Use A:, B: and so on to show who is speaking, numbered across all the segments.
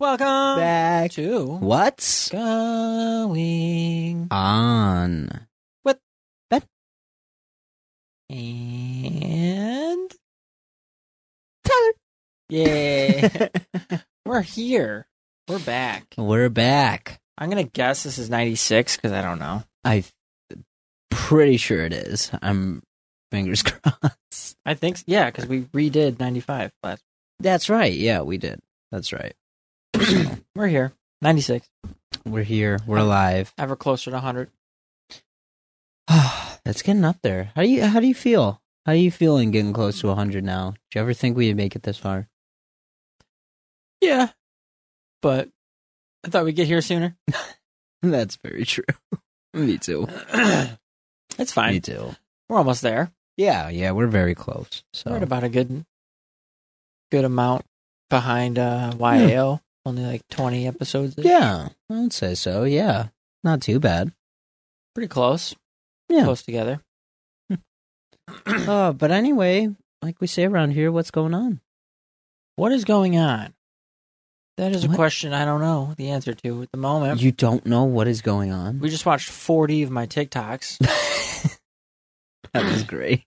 A: Welcome
B: back.
A: to
B: What's
A: going
B: on?
A: What?
B: Ben?
A: and
B: Tyler.
A: yeah, we're here. We're back.
B: We're back.
A: I'm gonna guess this is 96 because I don't know.
B: I pretty sure it is. I'm fingers crossed.
A: I think yeah, because we redid 95 last.
B: That's right. Yeah, we did. That's right. So,
A: We're here. 96.
B: we're here. We're alive.
A: Ever closer to 100.
B: That's getting up there. How do you how do you feel? How are you feeling getting close to 100 now? Do you ever think we'd make it this far?
A: Yeah, but I thought we'd get here sooner.
B: That's very true. Me too.
A: it's
B: Me
A: fine.
B: too.
A: We're almost there.
B: Yeah, yeah, we're very close. So
A: We're at about a good, good amount behind uh, YAO. Only like 20 episodes. in.
B: Yeah, I would say so. Yeah, not too bad.
A: pretty close.
B: Yeah.
A: close together.
B: Uh, but anyway, like we say around here, what's going on?
A: What is going on? That is a
B: What?
A: question I don't know the answer to at the moment.
B: You don't know what is going on.
A: we just watched 40 of my TikToks.
B: that was great.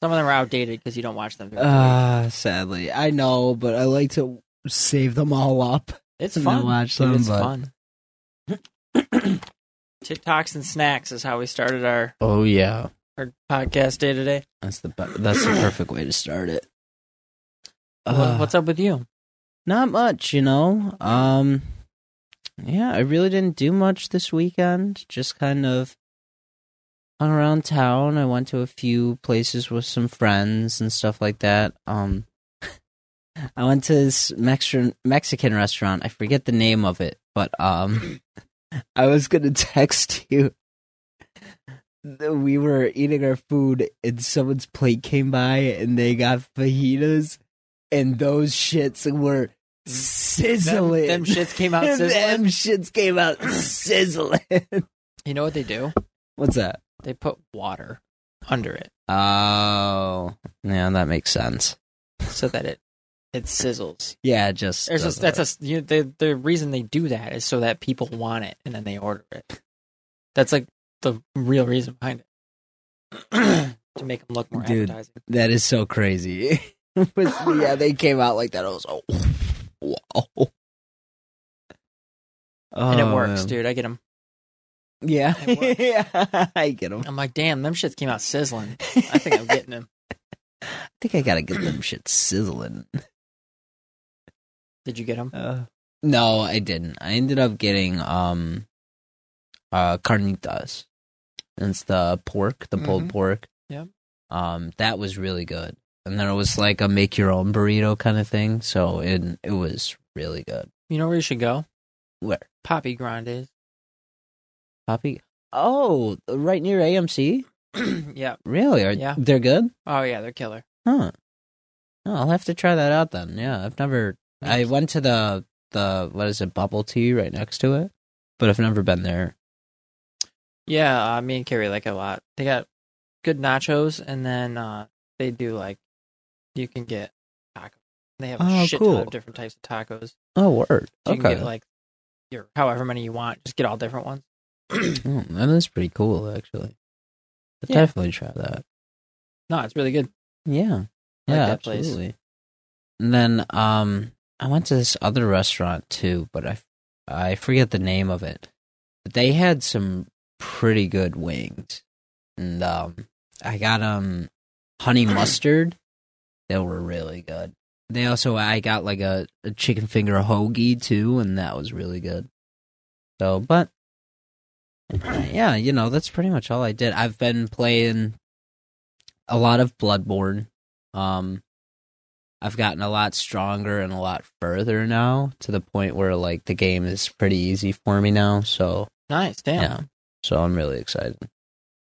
A: Some of them are outdated because you don't watch them. very quick.
B: Uh, sadly, I know, but I like to save them all up.
A: it's
B: and I
A: fun.
B: watch
A: dude,
B: them,
A: it's
B: but-
A: fun. TikToks and snacks is how we started our,
B: Oh yeah,
A: our podcast day today.
B: that's the be- that's the perfect way to start it. Uh,
A: What What's up with you?
B: Not much, you know. Um yeah, I really didn't do much this weekend. Just kind of hung around town. I went to a few places with some friends and stuff like that. Um I went to this Mexican Mexican restaurant. I forget the name of it, but um I was going to text you. that We were eating our food and someone's plate came by and they got fajitas and those shits were
A: Them,
B: sizzling.
A: them shits came out sizzling.
B: Them shits came out sizzling.
A: You know what they do?
B: What's that?
A: They put water under it
B: Oh, yeah, that makes sense.
A: so that it it sizzles.
B: Yeah, it just
A: There's
B: does
A: a, that's a you, the the reason they do that is so that people want it and then they order it. That's like the real reason behind it to make them look more
B: Dude.
A: appetizing.
B: it. that is so crazy. It was- yeah, they came out like that. I was oh, wow.
A: And it
B: Oh,
A: works,
B: man.
A: dude. I get them.
B: Yeah,
A: It works.
B: yeah, I get them.
A: I'm like, damn, them shits came out sizzling. I
B: I
A: think I'm getting them.
B: think I gotta get them shit sizzling.
A: Did you get them?
B: Uh, no, I didn't. I ended up getting um uh carnitas. It's the pork, the pulled
A: Mhm.
B: pork.
A: Yep.
B: Um that was really good. And then it was like a make your own burrito kind of thing, so it it was really good.
A: You know where you should go?
B: Where?
A: Poppy Grande's.
B: Poppy Oh, right near AMC?
A: yeah.
B: Really? Are,
A: Yeah.
B: They're good?
A: Oh yeah, they're killer.
B: Huh. Oh, I'll have to try that out then. Yeah, I've never I went to the the what is it, bubble tea right next to it, but I've never been there.
A: Yeah, uh, me and Carrie like it a lot. They got good nachos, and then uh, they do like you can get tacos. They have a
B: Oh,
A: shit ton
B: cool.
A: of different types of tacos.
B: Oh, word.
A: So you
B: okay.
A: can get like your however many you want. Just get all different ones.
B: Oh, that is pretty cool, actually. I'd
A: Yeah.
B: definitely try that.
A: No, it's really good.
B: Yeah,
A: I like
B: yeah,
A: that place.
B: absolutely. And then um, I went to this other restaurant too, but I I forget the name of it. But they had some pretty good wings, and um, I got um honey mustard. They were really good. They also I got like a, a chicken finger hoagie too, and that was really good. So, but uh, yeah, you know that's pretty much all I did. I've been playing a lot of Bloodborne. Um, I've gotten a lot stronger and a lot further now to the point where like the game is pretty easy for me now. So
A: Nice, damn.
B: yeah, so I'm really excited.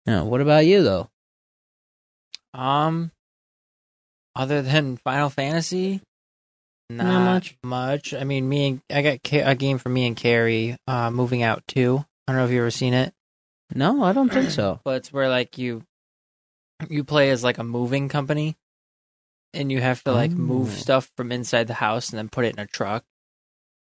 B: Yeah. What about you though?
A: Um, other than Final Fantasy, not,
B: Not much.
A: much. I mean, me and I got Ca- a game for me and Carrie. Uh, moving out too. I don't know if you have ever seen it,
B: No, I don't think so.
A: but it's where like you, you play as like a moving company, and you have to like move
B: Oh.
A: stuff from inside the house and then put it in a truck.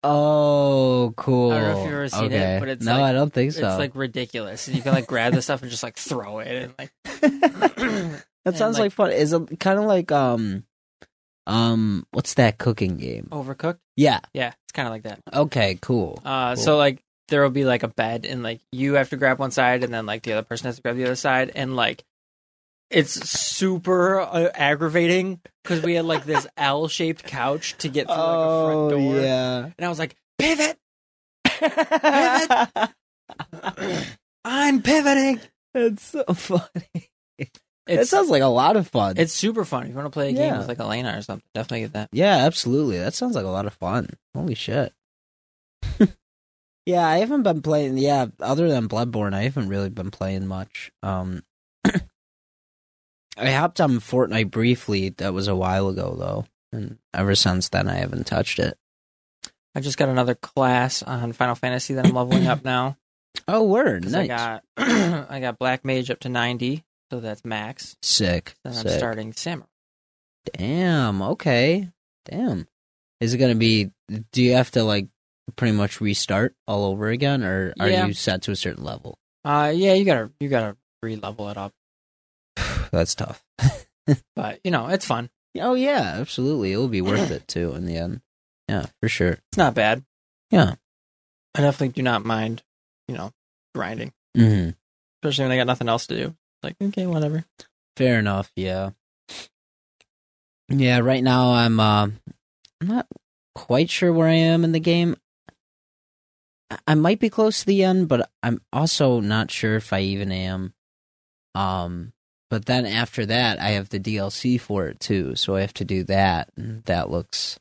B: Oh, cool.
A: I don't know if you've ever seen it,
B: okay.
A: but it's
B: no,
A: like-
B: I don't think
A: It's
B: so.
A: like ridiculous, and you can like grab the stuff and just like throw it and like.
B: that
A: and,
B: sounds
A: like-
B: like, fun. Is it kind of like um, um, what's that cooking game?
A: Overcooked?
B: Yeah.
A: Yeah, it's kind of like that.
B: Okay. Cool.
A: Uh,
B: Cool.
A: so like there will be like a bed, and like you have to grab one side, and then like the other person has to grab the other side, and like it's super uh, aggravating because we had like this L-shaped couch to get through like a front door,
B: Oh, yeah.
A: and I was like pivot, Pivot! I'm pivoting.
B: That's so funny. It
A: It's
B: sounds like a lot of fun.
A: it's super fun. If you want to play a game
B: Yeah.
A: with like Elena or something, definitely get that.
B: yeah, absolutely. That sounds like a lot of fun. Holy shit. yeah, I haven't been playing. Yeah, other than Bloodborne, I haven't really been playing much. Um, I hopped on Fortnite briefly. That was a while ago, though, and ever since then, I haven't touched it.
A: I just got another class on Final Fantasy that I'm leveling up now.
B: Oh, word!
A: 'cause
B: Nice,
A: I got I got Black Mage up to ninety, so that's max.
B: sick,
A: Then I'm
B: sick.
A: starting Samurai.
B: Damn. Okay. Damn. Is it gonna be? Do you have to like pretty much restart all over again, or are
A: Yeah.
B: you set to a certain level?
A: Uh, yeah, you gotta you gotta re-level it up,
B: That's tough.
A: but you know it's fun.
B: Oh yeah, absolutely. It'll be worth it too in the end. Yeah, for sure.
A: It's not bad.
B: Yeah.
A: I definitely do not mind, you know, grinding,
B: hmm
A: especially when I got nothing else to do. Like okay, whatever.
B: Fair enough. Yeah. Yeah. Right now, I'm. Uh, I'm not quite sure where I am in the game. I- I might be close to the end, but I'm also not sure if I even am. Um. But then after that, I have the DLC for it too, so I have to do that. and That looks.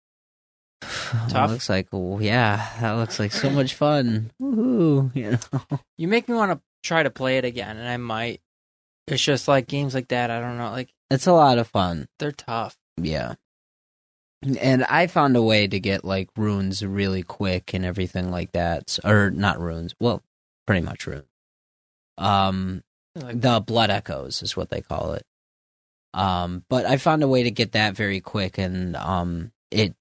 B: That
A: Tough?
B: looks like yeah, that looks like so much fun. Woohoo! You know.
A: You make me want to try to play it again, and I might. It's just like games like that. I don't know. Like
B: It's a lot of fun.
A: they're tough.
B: Yeah. And I found a way to get like runes really quick and everything like that. Or not runes. Well, pretty much runes. Um
A: Like,
B: the blood echoes is what they call it. Um but I found a way to get that very quick and um it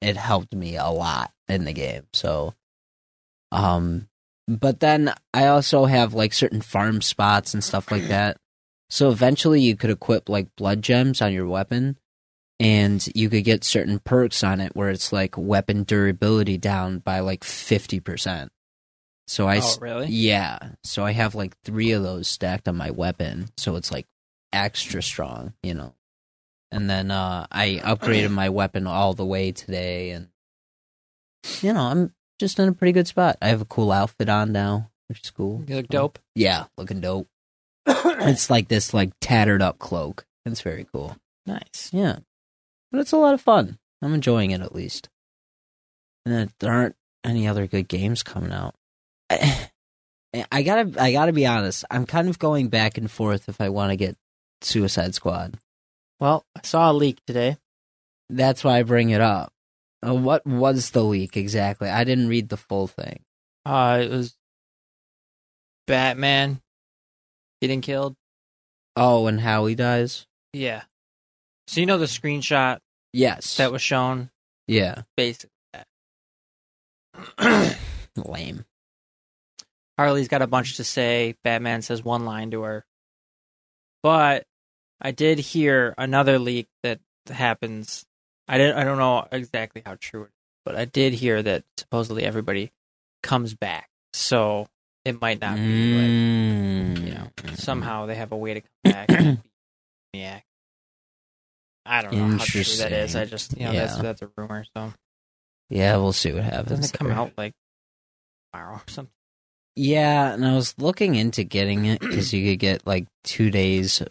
B: it helped me a lot in the game. So um but then I also have like certain farm spots and stuff like that. So eventually you could equip like blood gems on your weapon and you could get certain perks on it where it's like weapon durability down by like 50%. So I
A: oh really?
B: yeah. So I have like three of those stacked on my weapon, so it's like extra strong, you know. And then uh I upgraded my weapon all the way today and you know, I'm just in a pretty good spot. I have a cool outfit on now, which is cool.
A: You look dope.
B: Yeah, looking dope. It's like this like tattered up cloak. It's very cool.
A: nice.
B: Yeah. But it's a lot of fun. I'm enjoying it at least. And then there aren't any other good games coming out. I, I gotta I gotta be honest. I'm kind of going back and forth if I wanna get Suicide Squad.
A: Well, I saw a leak today.
B: That's why I bring it up. Uh, what was the leak exactly? I didn't read the full thing.
A: Uh, it was Batman getting killed.
B: Oh, and how he dies?
A: Yeah. So you know the screenshot
B: Yes.
A: that was shown,
B: yeah.
A: basically that.
B: Lame.
A: Harley's got a bunch to say. Batman says one line to her. But I did hear another leak that happens. I didn't I don't know exactly how true it is, but I did hear that supposedly everybody comes back. So it might not be like
B: Mm.
A: you know, somehow they have a way to come back and beat Maniac. I don't know how true that is.
B: Interesting.
A: I just you know, that's
B: Yeah.
A: that's a rumor, so
B: Yeah, we'll see what happens.
A: doesn't it come
B: there.
A: out like tomorrow or something?
B: Yeah, and I was looking into getting it because you could get like two days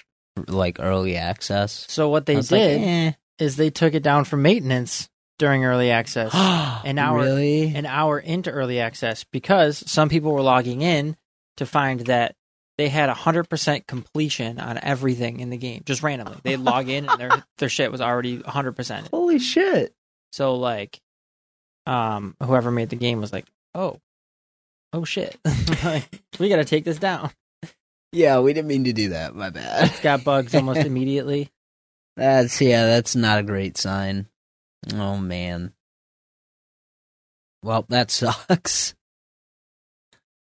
B: like early access.
A: So what they did
B: I was like, eh.
A: is they took it down for maintenance during early access, An hour-
B: Really?
A: an hour into early access, because some people were logging in to find that they had 100% completion on everything in the game, just randomly. They log in and their their shit was already 100%.
B: Holy shit!
A: So like um whoever made the game was like, "Oh. Oh shit. Like, we got to take this down."
B: Yeah, we didn't mean to do that. My bad.
A: Got bugs almost immediately.
B: That's yeah, that's not a great sign. Oh man. Well, that sucks.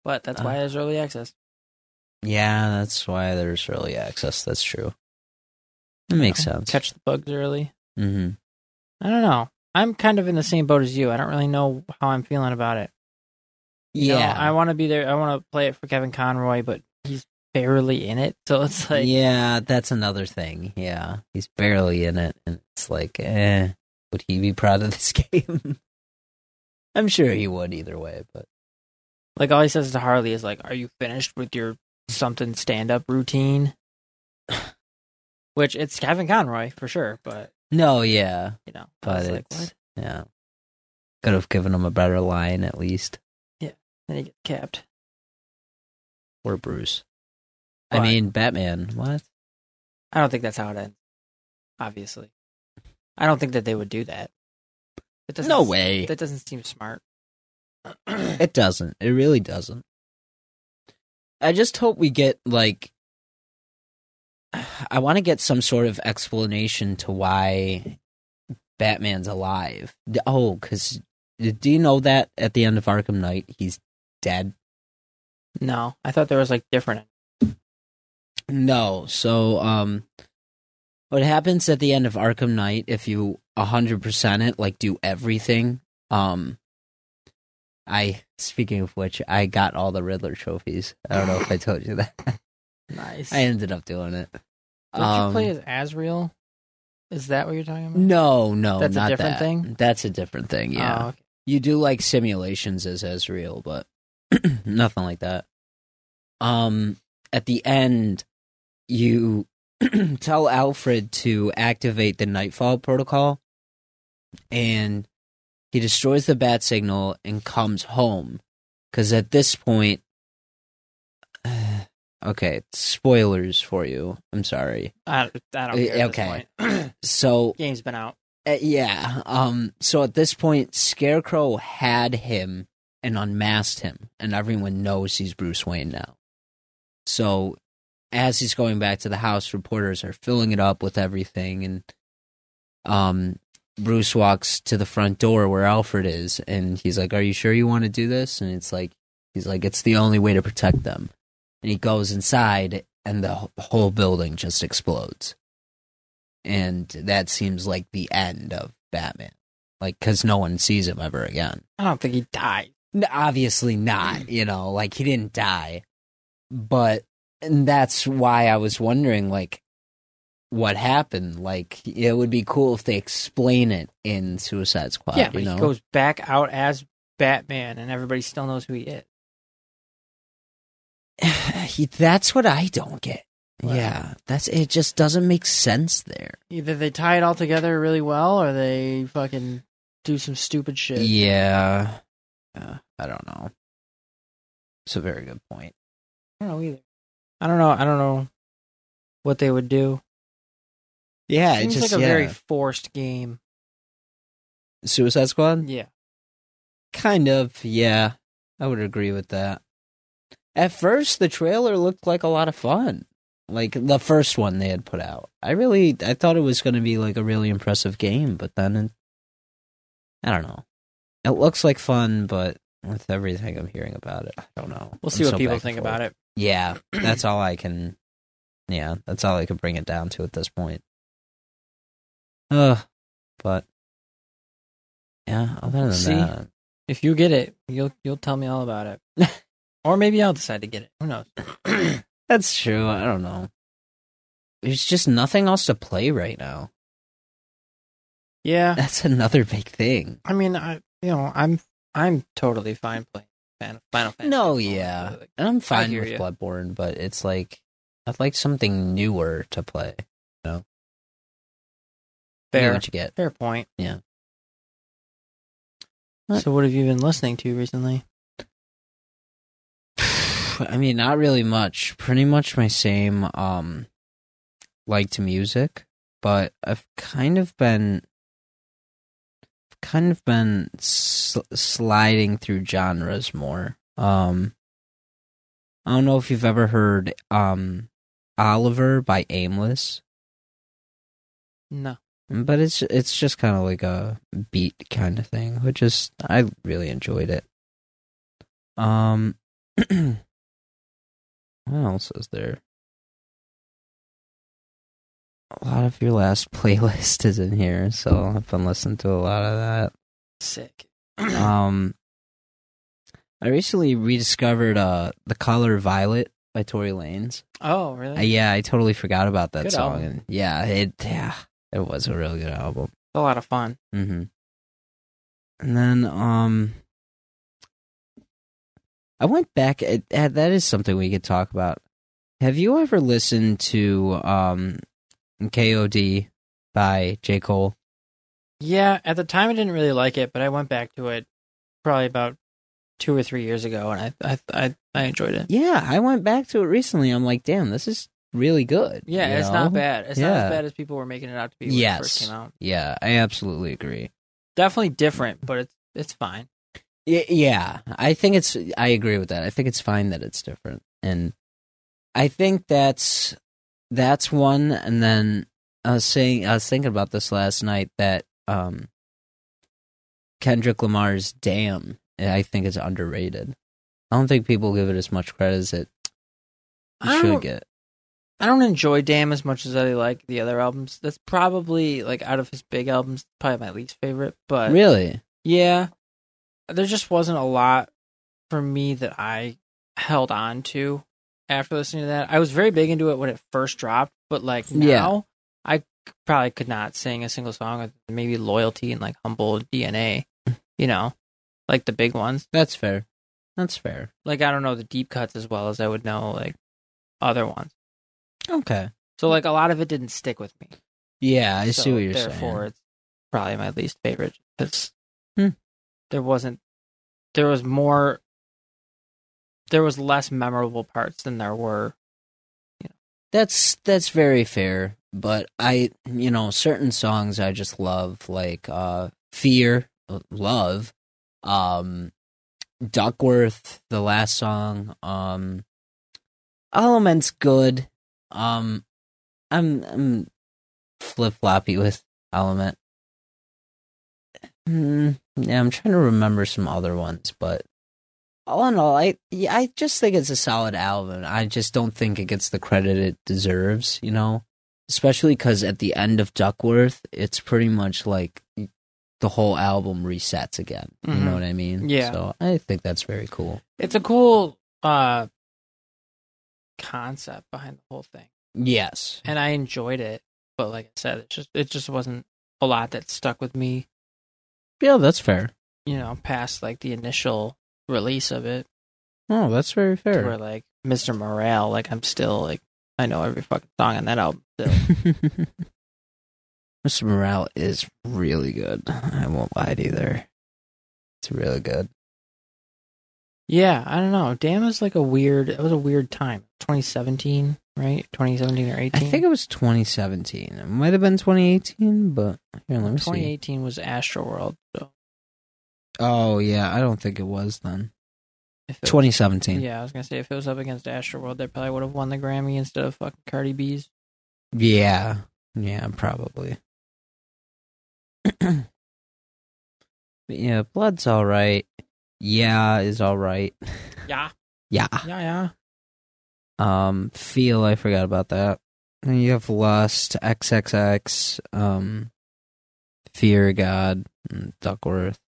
A: But that's why there's early access.
B: Yeah, that's why there's early access. That's true. It makes sense.
A: Catch the bugs early.
B: hmm
A: I don't know. I'm kind of in the same boat as you. I don't really know how I'm feeling about it. You know,
B: Yeah,
A: I want to be there. I want to play it for Kevin Conroy, but he's barely in it. So it's like,
B: yeah, that's another thing. Yeah, he's barely in it, and it's like, eh, would he be proud of this game? I'm sure he would either way, but
A: like all he says to Harley is like, "Are you finished with your something stand up routine?" Which it's Kevin Conroy for sure, but
B: no, yeah,
A: you know, I
B: but
A: was like,
B: it's
A: what?
B: yeah, could have given him a better line at least.
A: Then he gets capped.
B: or Bruce. I
A: But-
B: mean, Batman. What?
A: I don't think that's how it ends. Obviously, I don't think that they would do that. It doesn't
B: No
A: s-
B: way.
A: That doesn't seem smart.
B: It doesn't. It really doesn't. I just hope we get like. I want to get some sort of explanation to why Batman's alive. D- Oh, because do you know that at the end of Arkham Knight he's dead?
A: No, I thought there was like different.
B: No. So, um, what happens at the end of Arkham Knight if you 100% it, like do everything? Um, I, speaking of which, I got all the Riddler trophies. I don't know if I told you that.
A: Nice.
B: I ended up doing it. Um,
A: Did you play as Asriel? Is that what you're talking about?
B: No, no,
A: That's a
B: not
A: different
B: that.
A: thing?
B: That's a different thing. Yeah,
A: Oh, okay.
B: you do like simulations as Ezreal, but nothing like that. Um, at the end, you tell Alfred to activate the Nightfall protocol, and he destroys the bat signal and comes home. Because at this point, okay, spoilers for you. I'm sorry.
A: I, I don't
B: Uh,
A: care.
B: okay.
A: Okay. point.
B: So
A: Game's been out.
B: uh, yeah. Um. So at this point, Scarecrow had him and unmasked him, and everyone knows he's Bruce Wayne now. So, as he's going back to the house, reporters are filling it up with everything, and um, Bruce walks to the front door where Alfred is, and he's like, "Are you sure you want to do this?" And it's like, he's like, "It's the only way to protect them." And he goes inside, and the wh- whole building just explodes and that seems like the end of Batman. Like, because no one sees him ever again.
A: I don't think he died.
B: N- obviously
A: Mm.
B: not, you know, like he didn't die. But, and that's why I was wondering, like, what happened? Like, it would be cool if they explain it in Suicide Squad,
A: yeah, but
B: you know?
A: he goes back out as Batman, and everybody still knows who he is.
B: He- that's what I don't get.
A: Wow.
B: Yeah, that's it. Just doesn't make sense there.
A: Either they tie it all together really well, or they fucking do some stupid shit.
B: Yeah, uh, I don't know. It's a very good point.
A: I don't know either. I don't know. I don't know what they would do.
B: Yeah,
A: Seems
B: it's just
A: like a
B: yeah.
A: very forced game.
B: Suicide Squad?
A: Yeah.
B: Kind of, yeah. I would agree with that. At first, the trailer looked like a lot of fun. Like the first one they had put out. I really, I thought it was going to be like a really impressive game, but then it, I don't know. It looks like fun, but with everything I'm hearing about it, I don't know.
A: We'll see what people think about it.
B: Yeah, that's all I can. Yeah, that's all I can bring it down to at this point. Ugh, but yeah. Other than
A: See?
B: that,
A: If you get it, you'll you'll tell me all about it. or maybe I'll decide to get it. Who knows?
B: that's true. I don't know. There's just nothing else to play right now.
A: Yeah.
B: That's another big thing.
A: I mean, I you know, I'm I'm totally fine playing Fan- Final Fantasy.
B: No,
A: Like,
B: yeah.
A: like,
B: And I'm fine
A: hear
B: with
A: ya.
B: Bloodborne, but it's like, I'd like something newer to play. You know
A: Fair,
B: what you get.
A: fair point.
B: Yeah. What?
A: So, what have you been listening to recently?
B: I mean, not really much. Pretty much my same um like to music, but I've kind of been I've kind of been sl- sliding through genres more. Um I don't know if you've ever heard um Oliver by Aimless,
A: No.
B: but it's it's just kind of like a beat kind of thing, which is I really enjoyed it. Um What else is there? A lot of your last playlist is in here, so I've been listening to a lot of
A: Sick.
B: that. Um, I recently rediscovered uh "The Color Violet" by Tori Lanez.
A: Oh,
B: Uh,
A: really?
B: yeah, I totally forgot about that
A: Good
B: song.
A: album.
B: And yeah, it yeah, it was a really good album.
A: a lot of fun.
B: Mm-hmm. And then, um, I went back. It, that that is something we could talk about. Have you ever listened to um, "K.O.D." by J. Cole?
A: Yeah, at the time I didn't really like it, but I went back to it probably about two or three years ago, and I I I, I enjoyed it.
B: Yeah, I went back to it recently. I'm like, damn, this is really good.
A: Yeah,
B: you
A: it's
B: know?
A: not bad. It's not
B: Yeah.
A: as bad as people were making it out to be when it first
B: Yes.
A: came out.
B: Yeah, I absolutely agree.
A: Definitely different, but it's it's fine.
B: Y- yeah, I think it's. I agree with that. I think it's fine that it's different, and I think that's that's one. And then I was saying, I was thinking about this last night that um, Kendrick Lamar's "Damn" I think is underrated. I don't think people give it as much credit as it
A: I
B: should
A: don't-
B: get.
A: I don't enjoy Damn as much as I like the other albums. That's probably like out of his big albums, probably my least favorite. But
B: Really?
A: yeah, there just wasn't a lot for me that I held on to after listening to that. I was very big into it when it first dropped, but like now,
B: Yeah.
A: I c- probably could not sing a single song. other than Maybe Loyalty and like Humble DNA, you know, like the big ones.
B: That's fair. That's fair.
A: Like I don't know the deep cuts as well as I would know like other ones.
B: Okay.
A: So like a lot of it didn't stick with me.
B: Yeah, I see
A: So,
B: what you're
A: therefore,
B: saying.
A: it's probably my least favorite because
B: Hmm.
A: there wasn't, there was more, there was less memorable parts than there were.
B: That's that's very fair, but I you know certain songs I just love like uh Fear, uh, Love, um Duckworth, the last song, um Element's good. Um I'm I'm flip-floppy with Element. Hmm, yeah, I'm trying to remember some other ones, but all in all, I yeah, I just think it's a solid album. I just don't think it gets the credit it deserves, you know. Especially because at the end of Duckworth, it's pretty much like the whole album resets again. You
A: Mhm.
B: know what I mean?
A: Yeah.
B: So I think that's very cool.
A: It's a cool uh concept behind the whole thing,
B: Yes.
A: and I enjoyed it. But like I said, it just it just wasn't a lot that stuck with me.
B: Yeah, that's fair.
A: You know, past like the initial release of it,
B: Oh, that's very
A: to where like Mr. Morale, like I'm still like I know every fucking song on that album. Still.
B: Mr. Morale is really good. I won't lie to you there. It's really good.
A: Yeah, I don't know. Damn is like a weird. It was a weird time. 2017, right? 2017 or 18.
B: I think it was 2017. It might have been 2018, but here, let me see.
A: 2018 was Astro World. So
B: Oh yeah, I don't think it was then.
A: if it-
B: 2017.
A: Yeah, I was gonna say if it was up against Astro World, they probably would have won the Grammy instead of fucking Cardi B's.
B: Yeah, yeah, probably. but yeah, Blood's all right. Yeah, is all right.
A: Yeah,
B: Yeah.
A: yeah, yeah.
B: Um, feel I forgot about that. And you have lust, XXX, um, fear God, and Duckworth.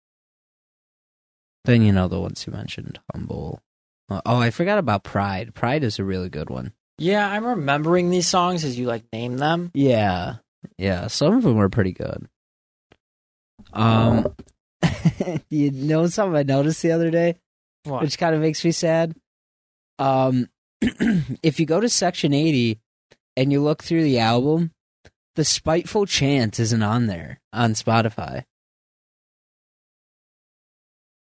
B: Then you know the ones you mentioned, humble. Uh, Oh, I forgot about pride. Pride is a really good one.
A: Yeah, I'm remembering these songs as you like name them.
B: Yeah, yeah. Some of them were pretty good. Um, you know something I noticed the other day,
A: What?
B: which kind of makes me sad. Um, if you go to section 80 and you look through the album, the spiteful chant isn't on there on Spotify.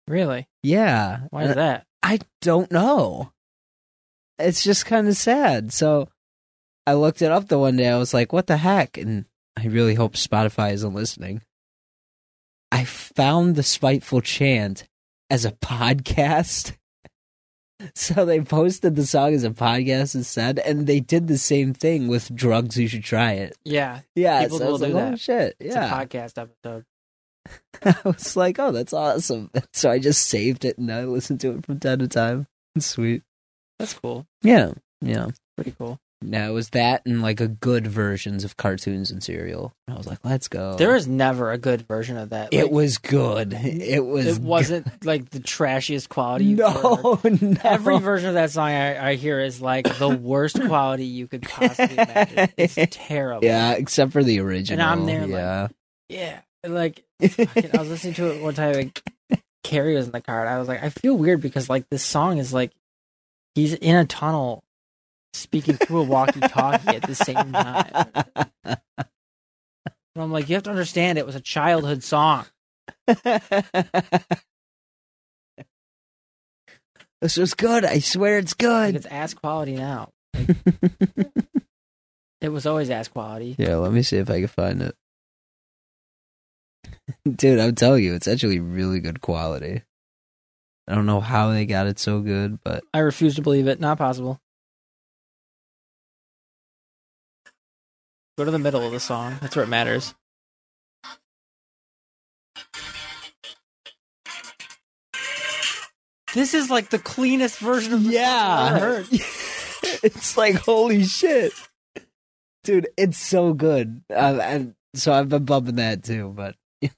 A: Really?
B: Yeah.
A: Why is that?
B: I don't know. It's just kind of sad. So I looked it up the one day. I was like, what the heck? And I really hope Spotify isn't listening. I found the Spiteful Chant as a podcast. So they posted the song as a podcast instead, and they did the same thing with Drugs You Should Try It.
A: Yeah,
B: Yeah,
A: People
B: so I was
A: will
B: like,
A: do
B: oh
A: that.
B: shit.
A: it's
B: Yeah.
A: a podcast episode.
B: I was like, oh, that's awesome. So I just saved it and I listened to it from time to time. It's sweet.
A: That's cool.
B: Yeah. Yeah.
A: Pretty cool.
B: No, it was that and like a good versions of cartoons and cereal. I was like, let's go.
A: There was never a good version of that.
B: Oh. It
A: Like,
B: was good. It was.
A: It wasn't like the trashiest quality. you've heard.
B: No, no.
A: Every version of that song I, I hear is like the worst quality you could possibly imagine. It's terrible.
B: Yeah, except for the original.
A: there, like-
B: Yeah.
A: Yeah. Like fucking- I was listening to it one time. Like, Carrie was in the car, and I was like, I feel weird because like this song is like he's in a tunnel speaking through a walkie-talkie at the same time. And I'm like, you have to understand, it was a childhood song.
B: this was good. I swear it's
A: Like,
B: good.
A: it's ass quality now. It was always ass quality.
B: yeah, let me see if I can find it. Dude, I'm telling you, it's actually really good quality. I don't know how they got it so good, but
A: I refuse to believe it. Not possible. Go to the middle of the song. That's where it matters. This is like the cleanest version of the song I've ever heard.
B: it's like holy shit, dude! It's so good. Um, and so I've been bumping that too, but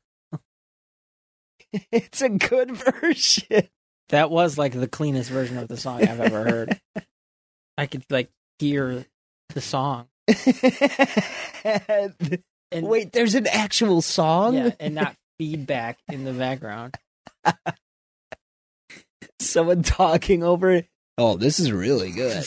B: it's a good version.
A: That was like the cleanest version of the song I've ever heard. I could like hear the song. And,
B: Wait, there's an actual song.
A: yeah, and not feedback in the background.
B: Someone talking over it. Oh, this is really good.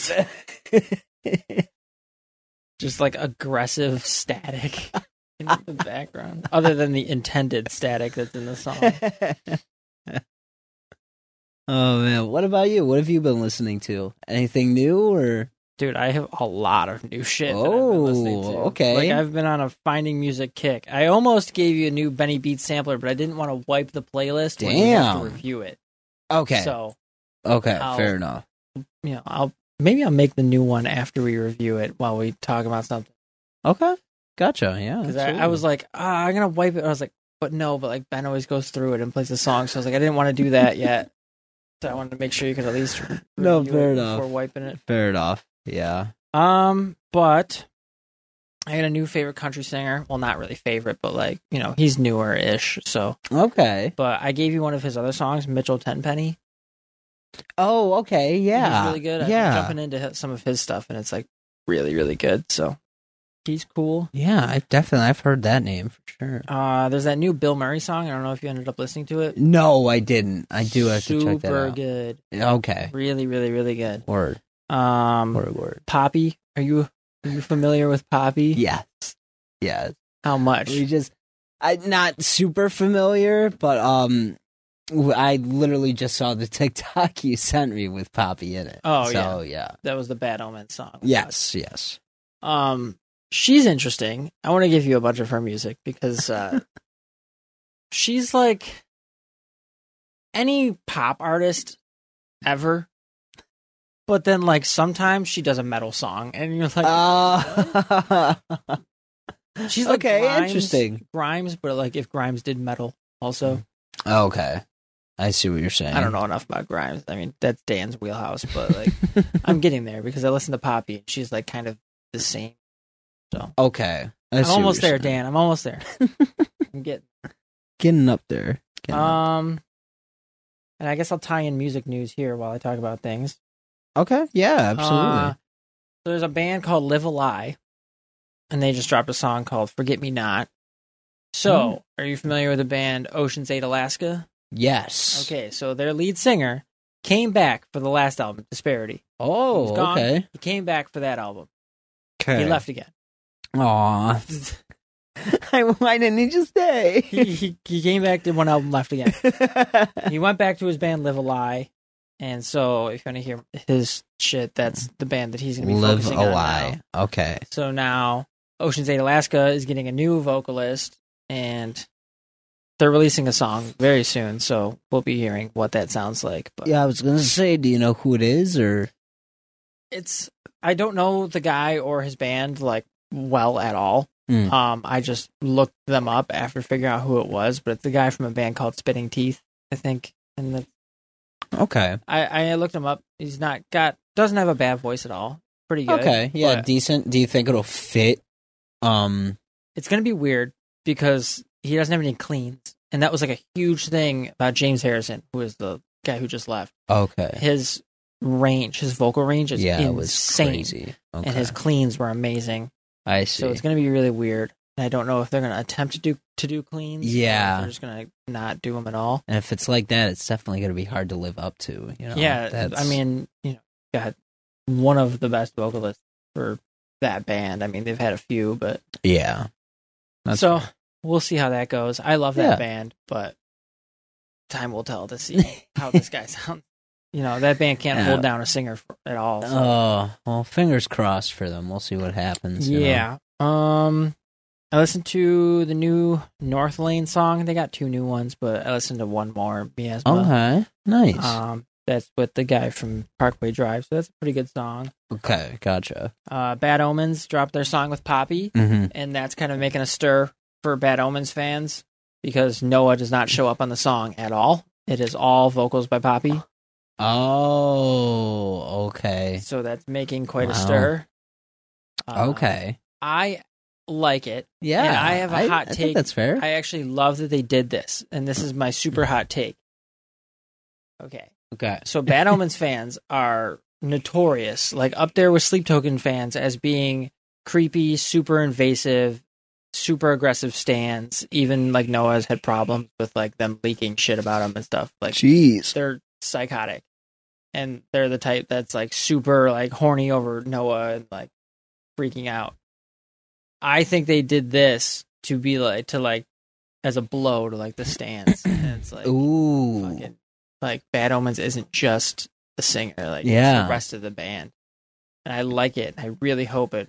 A: just like aggressive static in the background, other than the intended static that's in the song.
B: oh man, what about you? What have you been listening to? Anything new or?
A: Dude, I have a lot of new shit. that I've been
B: Oh,
A: listening to.
B: okay.
A: Like I've been on a finding music kick. I almost gave you a new Benny Beat sampler, but I didn't want to wipe the playlist. When we have
B: Damn.
A: to review it.
B: Okay.
A: So
B: okay.
A: I'll-
B: fair enough.
A: you know, I'll maybe I'll make the new one after we review it while we talk about something.
B: Okay. Gotcha. Yeah.
A: Because I, I was like, ah, I'm gonna wipe it. I was like, but no, but like Ben always goes through it and plays the song, so I was like, I didn't want to do that yet. so I wanted to make sure you could at least
B: No,
A: review
B: fair
A: it
B: enough.
A: before wiping it.
B: fair enough. Yeah.
A: Um, but I had a new favorite country singer. Well, not really favorite, but like you know, he's newer ish. So,
B: Okay.
A: but I gave you one of his other songs, Mitchell Tenpenny.
B: Oh, okay. Yeah.
A: he's really good. I've been
B: Yeah.
A: jumping into his- some of his stuff, and it's like really, really good. So he's cool.
B: yeah. I definitely. I've heard that name for sure.
A: Uh, there's that new Bill Murray song. I don't know if you ended up listening to it.
B: No, I didn't. I do have to
A: Super
B: check that out.
A: good.
B: Okay.
A: Really, really, really good.
B: Word.
A: Um,
B: Word. Word.
A: Poppy. Are you are you familiar with Poppy?
B: Yes. Yes.
A: How much?
B: We just. I not super familiar, but um, w- I literally just saw the TikTok you sent me with Poppy in it.
A: Oh,
B: so, yeah.
A: That was the Bad Omen song.
B: Yes. Yes.
A: Um, she's interesting. I want to give you a bunch of her music because uh, she's like any pop artist ever. But then, like sometimes she does a metal song, and you're like,
B: Uh,
A: she's like
B: okay,
A: Grimes,
B: interesting.
A: Grimes, but like if Grimes did metal, also.
B: Okay, I see what you're saying.
A: I don't know enough about Grimes. I mean, that's Dan's wheelhouse, but like I'm getting there because I listen to Poppy and she's like kind of the same.
B: Okay, I
A: I'm
B: see what
A: almost
B: you're
A: there,
B: saying.
A: Dan. I'm almost there. I'm getting
B: Getting up there. Getting up.
A: um and I guess I'll tie in music news here while I talk about things.
B: Okay, yeah,
A: Uh,
B: absolutely.
A: there's a band called Live a Lie and they just dropped a song called Forget Me Not. So,
B: Hmm.
A: are you familiar with the band Ocean's 8 Alaska?
B: yes.
A: Okay, so their lead singer came back for the last album, Disparity. He
B: Oh,
A: was gone.
B: okay.
A: He came back for that album.
B: Okay.
A: He left again.
B: Aw. I, why didn't he just stay?
A: He, he he came back did one album, left again. he went back to his band Live a Lie, and so if you want to hear his shit, that's the band that he's going to be
B: Live
A: focusing
B: a
A: on now.
B: lie. Okay.
A: So now Ocean's Eight Alaska is getting a new vocalist and they're releasing a song very soon, so we'll be hearing what that sounds like. But
B: Yeah, I was gonna say, do you know who it is or?
A: it's I don't know the guy or his band like well at all.
B: Mm.
A: Um I just looked them up after figuring out who it was, but it's the guy from a band called Spitting Teeth, I think. And the,
B: Okay.
A: I I looked him up. He's not got doesn't have a bad voice at all. Pretty good.
B: Okay. Yeah.
A: but-
B: Decent. Do you think it'll fit? Um.
A: it's going to be weird because he doesn't have any cleans. And that was like a huge thing about James Harrison, who is the guy who just left.
B: Okay.
A: His range, his vocal range is
B: yeah,
A: insane.
B: it was crazy. Okay.
A: And his cleans were amazing.
B: I see.
A: So it's going to be really weird. And I don't know if they're going to attempt to do to do cleans. or if
B: Yeah.
A: They're just going to not do them at all.
B: and if it's like that, it's definitely gonna be hard to live up to. You know.
A: yeah.
B: That's-
A: I mean, you know, got one of the best vocalists for that band. I mean, they've had a few, but
B: Yeah. That's
A: so
B: fair.
A: we'll see how that goes. I love that
B: Yeah.
A: band, but time will tell to see how this guy sounds. You know, that band can't
B: Yeah.
A: hold down a singer for, at all. so-
B: Oh well, fingers crossed for them. We'll see what happens. you know?
A: yeah. Um, I listened to the new North Lane song. They got two new ones, but I listened to one more, Miasma.
B: Okay. Oh, Nice.
A: Um, that's with the guy from Parkway Drive, so that's a pretty good song.
B: okay. Gotcha.
A: Uh, Bad Omens dropped their song with Poppy.
B: Mm-hmm.
A: and that's kind of making a stir for Bad Omens fans because Noah does not show up on the song at all. It is all vocals by Poppy,
B: Oh. Okay.
A: so that's making quite
B: Wow.
A: a stir. Uh,
B: okay.
A: I like it.
B: Yeah.
A: and I have a hot
B: I
A: take.
B: Think that's fair.
A: I actually love that they did this, and this is my super hot take. Okay,
B: okay.
A: so Bad Omens fans are notorious, like up there with Sleep Token fans, as being creepy, super invasive, super aggressive stands. Even like Noah's had problems with like them leaking shit about him and stuff. Like
B: Jeez.
A: they're psychotic, and they're the type that's like super like horny over Noah and like freaking out. I think they did this to be like to like as a blow to like the stands. And it's like
B: Ooh.
A: fucking like Bad Omens isn't just the singer, like it's
B: Yeah.
A: the rest of the band. And I like it. I really hope it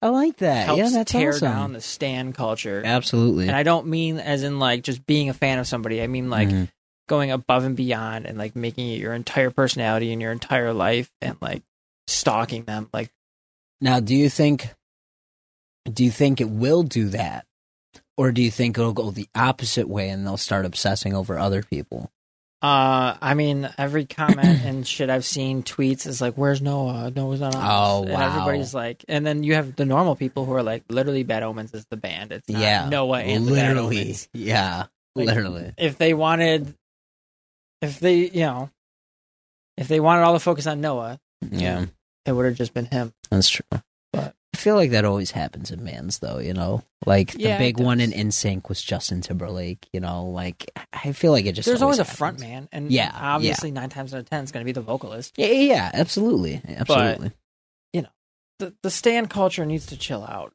B: I like that.
A: helps
B: yeah, that's
A: tear
B: awesome.
A: down the stan culture.
B: Absolutely.
A: And I don't mean as in like just being a fan of somebody. I mean like
B: Mhm.
A: going above and beyond and like making it your entire personality and your entire life and like stalking them. Like
B: now, do you think? Do you think it will do that, or do you think it'll go the opposite way and they'll start obsessing over other people?
A: uh I mean every comment and shit I've seen tweets is like, Where's Noah? Noah's not on this."
B: Oh,
A: And
B: wow.
A: everybody's like and then you have the normal people who are like literally Bad Omens is the band. It's not
B: yeah,
A: Uh, Noah and the Bad
B: literally,
A: Omens.
B: yeah,
A: Like-
B: literally,
A: if they wanted if they you know if they wanted all the focus on noah
B: yeah,
A: it would have just been him
B: that's true.
A: mm. But-
B: I feel like that always happens in bands, though. You know, like the
A: Yeah, it
B: big one in
A: does.
B: NSYNC was Justin Timberlake. You know, like I feel like it just
A: there's always, a
B: happens.
A: front man and
B: Yeah,
A: obviously nine times out of ten it's going to be the vocalist
B: Yeah, yeah, yeah, absolutely, absolutely,
A: the, the stand culture needs to chill out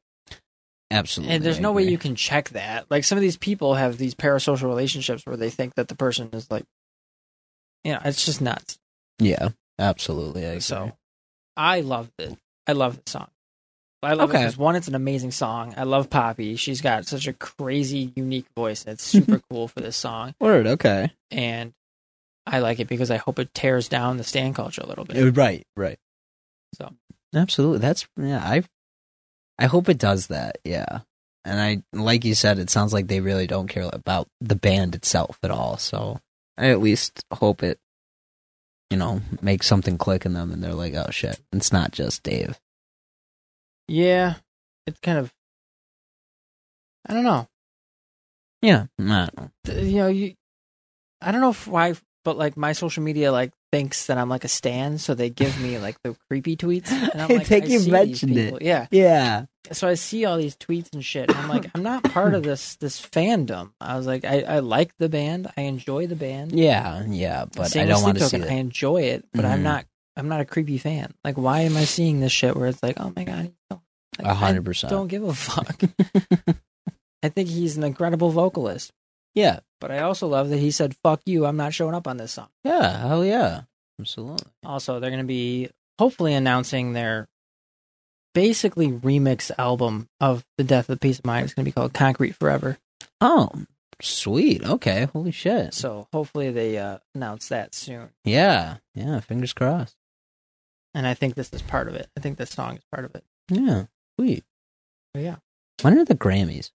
B: absolutely.
A: and there's
B: I
A: no way
B: agree.
A: you can check that like some of these people have these parasocial relationships where they think that the person is like you know it's just nuts
B: Yeah, absolutely. I agree.
A: so i love it i love the song I love
B: Okay.
A: it because one, it's an amazing song. I love Poppy. She's got such a crazy, unique voice. That's super cool for this song.
B: word okay.
A: and I like it because I hope it tears down the stand culture a little bit.
B: Eh, Right, right.
A: So.
B: absolutely. That's yeah. I I hope it does that. Yeah, and I like you said, it sounds like they really don't care about the band itself at all. So I at least hope it, you know, makes something click in them, and they're like, oh shit, it's not just Dave.
A: yeah, it's kind of I don't know.
B: Yeah, I don't know.
A: Th- You know, you I don't know if why, but like my social media like thinks that I'm like a stan, so they give me like the creepy tweets. And I'm
B: I
A: like,
B: think you
A: see these
B: mentioned it.
A: people. Yeah,
B: Yeah,
A: so I see all these tweets and shit. and I'm like, I'm not part of this this fandom. I was like, I, I like the band, I enjoy the band.
B: yeah, yeah. But
A: Same
B: I
A: with
B: don't
A: Sleep
B: want to see
A: Token. I
B: that.
A: enjoy it, but I'm
B: Mhm.
A: not I'm not a creepy fan. Like, why am I seeing this shit where it's like, oh my god, no. Like,
B: A
A: I
B: hundred percent.
A: Don't give a fuck. I think he's an incredible vocalist,
B: yeah,
A: but I also love that he said, "Fuck you, I'm not showing up on this song."
B: yeah, hell yeah, absolutely.
A: Also, they're going to be hopefully announcing their basically remix album of the death of peace of mind. It's going to be called Concrete Forever.
B: Oh, sweet. Okay, holy shit.
A: So hopefully they uh, announce that soon.
B: Yeah, yeah. Fingers crossed.
A: And I think this is part of it. I think this song is part of it.
B: Yeah, sweet.
A: But Oh, yeah,
B: When are the Grammys?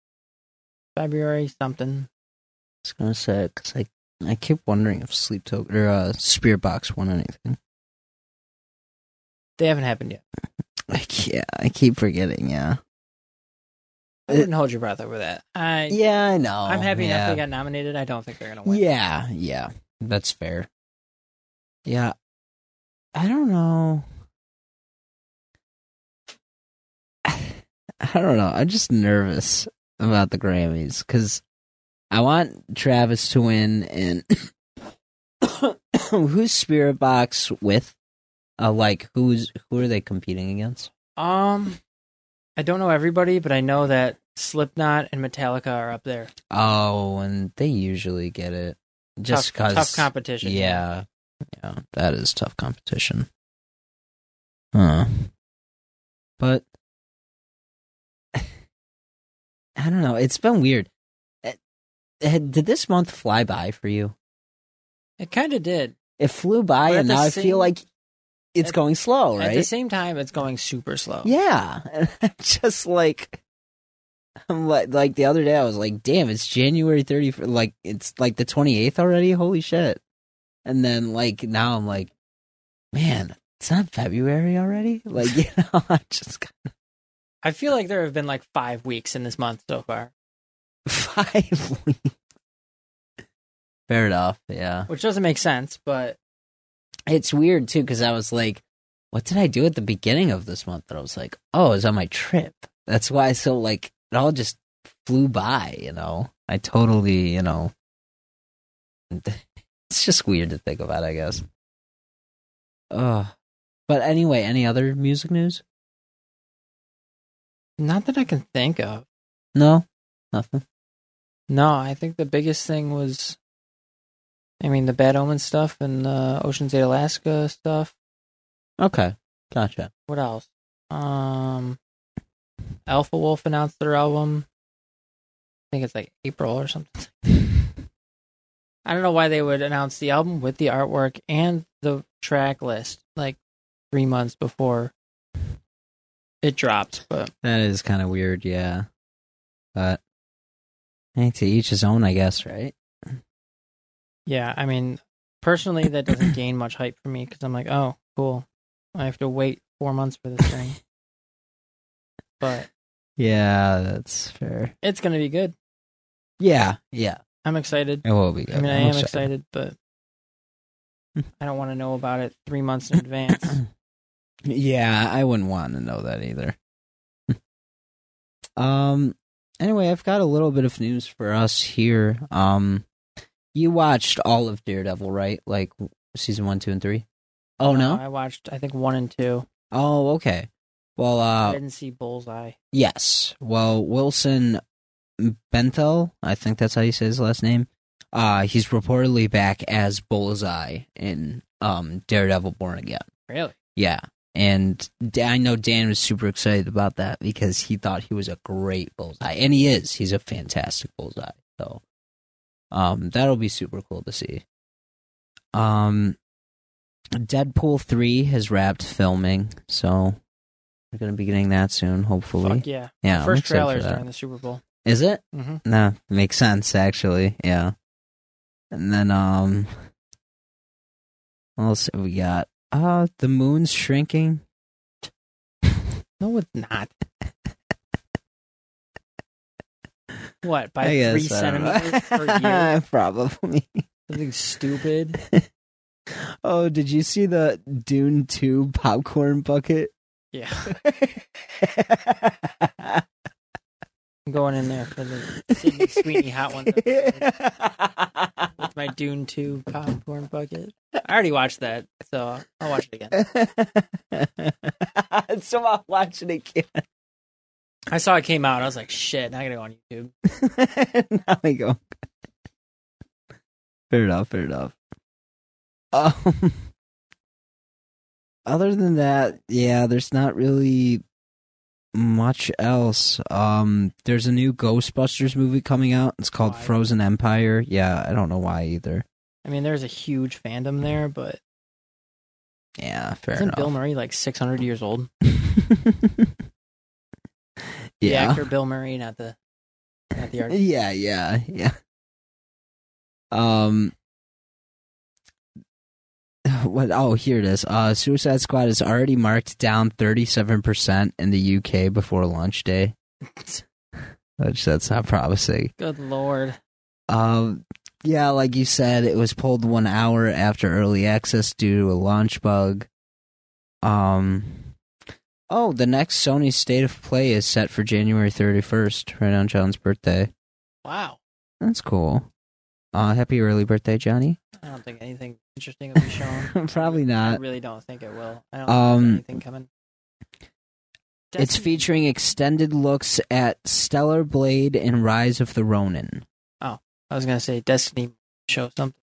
A: February something.
B: I was gonna say because I I keep wondering if Sleep Token or uh, Spirit Box won anything.
A: They haven't happened yet.
B: Like yeah, I keep forgetting. Yeah,
A: I
B: It-
A: wouldn't hold your breath over that. I
B: yeah, I know.
A: I'm happy
B: yeah.
A: enough they got nominated. I don't think they're gonna win.
B: Yeah, yeah, that's fair. Yeah, I don't know. I don't know. I'm just nervous about the Grammys because I want Travis to win, and who's Spirit Box with? Uh, like who's who are they competing against?
A: Um, I don't know everybody, but I know that Slipknot and Metallica are up there.
B: Oh, and they usually get it just
A: tough,
B: because
A: tough competition.
B: Yeah. Yeah, that is tough competition. Huh. But I don't know. It's been weird. Eh, eh, Did this month fly by for you?
A: it kind of did.
B: It flew by,
A: We're at
B: and
A: the
B: now I
A: same-
B: feel like it's
A: at-
B: going slow,
A: At the
B: right?
A: same time, it's going super slow.
B: Yeah, and I'm just like, I'm like, like the other day I was like, damn, it's January 31st, like it's like the 28th already. Holy shit! And then like now I'm like, man, it's not February already. Like you know, I'm just kind
A: I feel like there have been like five weeks in this month so far,
B: of five. weeks. Fair enough. Yeah,
A: which doesn't make sense, but
B: it's weird too because I was like, what did I do at the beginning of this month? That I was like, oh, I was on my trip. That's why. So like, it all just flew by. You know, I totally. You know, it's just weird to think about. I guess. Ugh. But anyway, any other music news?
A: not that I can think of.
B: No, nothing.
A: No, I think the biggest thing was, I mean, the Bad Omen stuff and uh, Ocean's Eight Alaska stuff.
B: Okay, gotcha.
A: What else? Um, Alpha Wolf announced their album. I think it's like April or something. I don't know why they would announce the album with the artwork and the track list like three months before it dropped. But
B: That is kind of weird. Yeah, but hey, to each his own, I guess. Right?
A: yeah, I mean, personally, that doesn't gain much hype for me because I'm like, oh, cool. I have to wait four months for this thing. but
B: Yeah, that's fair.
A: it's going to be good.
B: Yeah, yeah.
A: I'm excited.
B: It will be good.
A: I mean, I am excited, but
B: Hmm.
A: I don't want to know about it three months in advance.
B: Yeah, I wouldn't want to know that either. um. Anyway, I've got a little bit of news for us here. Um, you watched all of Daredevil, right? Like w- season one, two, and three. Oh
A: Uh,
B: no.
A: I watched, I think, one and two.
B: Oh, okay. Well,
A: I
B: uh,
A: didn't see Bullseye.
B: Yes. Well, Wilson Benthel, I think that's how you say his last name. Uh, he's reportedly back as Bullseye in um, Daredevil Born Again.
A: Really?
B: Yeah. And Da- I know Dan was super excited about that because he thought he was a great Bullseye. And he is. He's a fantastic Bullseye. So um, that'll be super cool to see. Um, Deadpool 3 has wrapped filming. So we're going to be getting that soon, hopefully.
A: Fuck yeah.
B: Yeah, I'm
A: First
B: excited for
A: trailers
B: that.
A: during the Super Bowl.
B: Is it?
A: hmm
B: No, makes sense actually. Yeah. And then um, what else have we got? Uh, the moon's shrinking.
A: No, it's not. what, by
B: I guess,
A: three
B: I don't know.
A: centimeters per year?
B: Probably.
A: Something stupid.
B: Oh, did you see the Dune Two popcorn bucket?
A: Yeah. I'm going in there for the Sydney Sweeney hot ones. With my Dune 2 popcorn bucket. I already watched that, so I'll watch it again.
B: so I'll watch it
A: I saw it came out. I was like, shit, now I gotta go on YouTube.
B: again. now we go. Fair enough. Fair enough. Um. Other than that, yeah, there's not really much else. Um, there's a new Ghostbusters movie coming out. It's called
A: Why?
B: Frozen Empire. Yeah, I don't know why either.
A: I mean, there's a huge fandom there, but
B: Yeah, fair
A: isn't
B: enough.
A: Bill Murray like 600 years old? The
B: yeah.
A: actor Bill Murray, not the not the artist.
B: Yeah, yeah, yeah. Um what oh here it is. Uh Suicide Squad is already marked down 37% in the UK before launch day. Which that's not promising.
A: Good lord.
B: Um yeah, like you said, it was pulled 1 hour after early access due to a launch bug. Um Oh, the next Sony State of Play is set for January 31st, right on John's birthday.
A: Wow.
B: That's cool. Uh, happy early birthday, Johnny.
A: I don't think anything interesting will be shown.
B: Probably
A: I
B: not.
A: really don't think it will. I don't think
B: Uh, Um,
A: there's anything coming.
B: It's
A: Destiny-
B: featuring extended looks at Stellar Blade and Rise of the Ronin.
A: I was gonna say Destiny show something.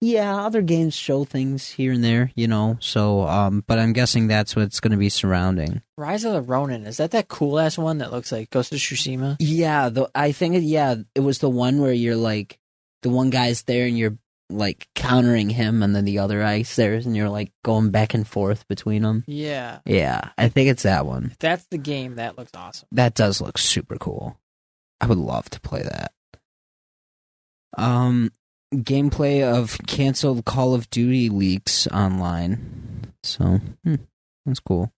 B: Yeah, other games show things here and there, you know. So, um, but I'm guessing that's what it's going to be surrounding.
A: Rise of the Ronin is that that cool ass one that looks like Ghost of Tsushima?
B: Yeah, the, I think yeah, it was the one where you're like, the one guy's there and you're like countering him, and then the other guy's there and you're like going back and forth between them.
A: Yeah,
B: Yeah, I think it's that one.
A: if that's the game. That looks awesome.
B: That does look super cool. I would love to play that. Um, gameplay of canceled Call of Duty leaks online. So hmm, that's cool,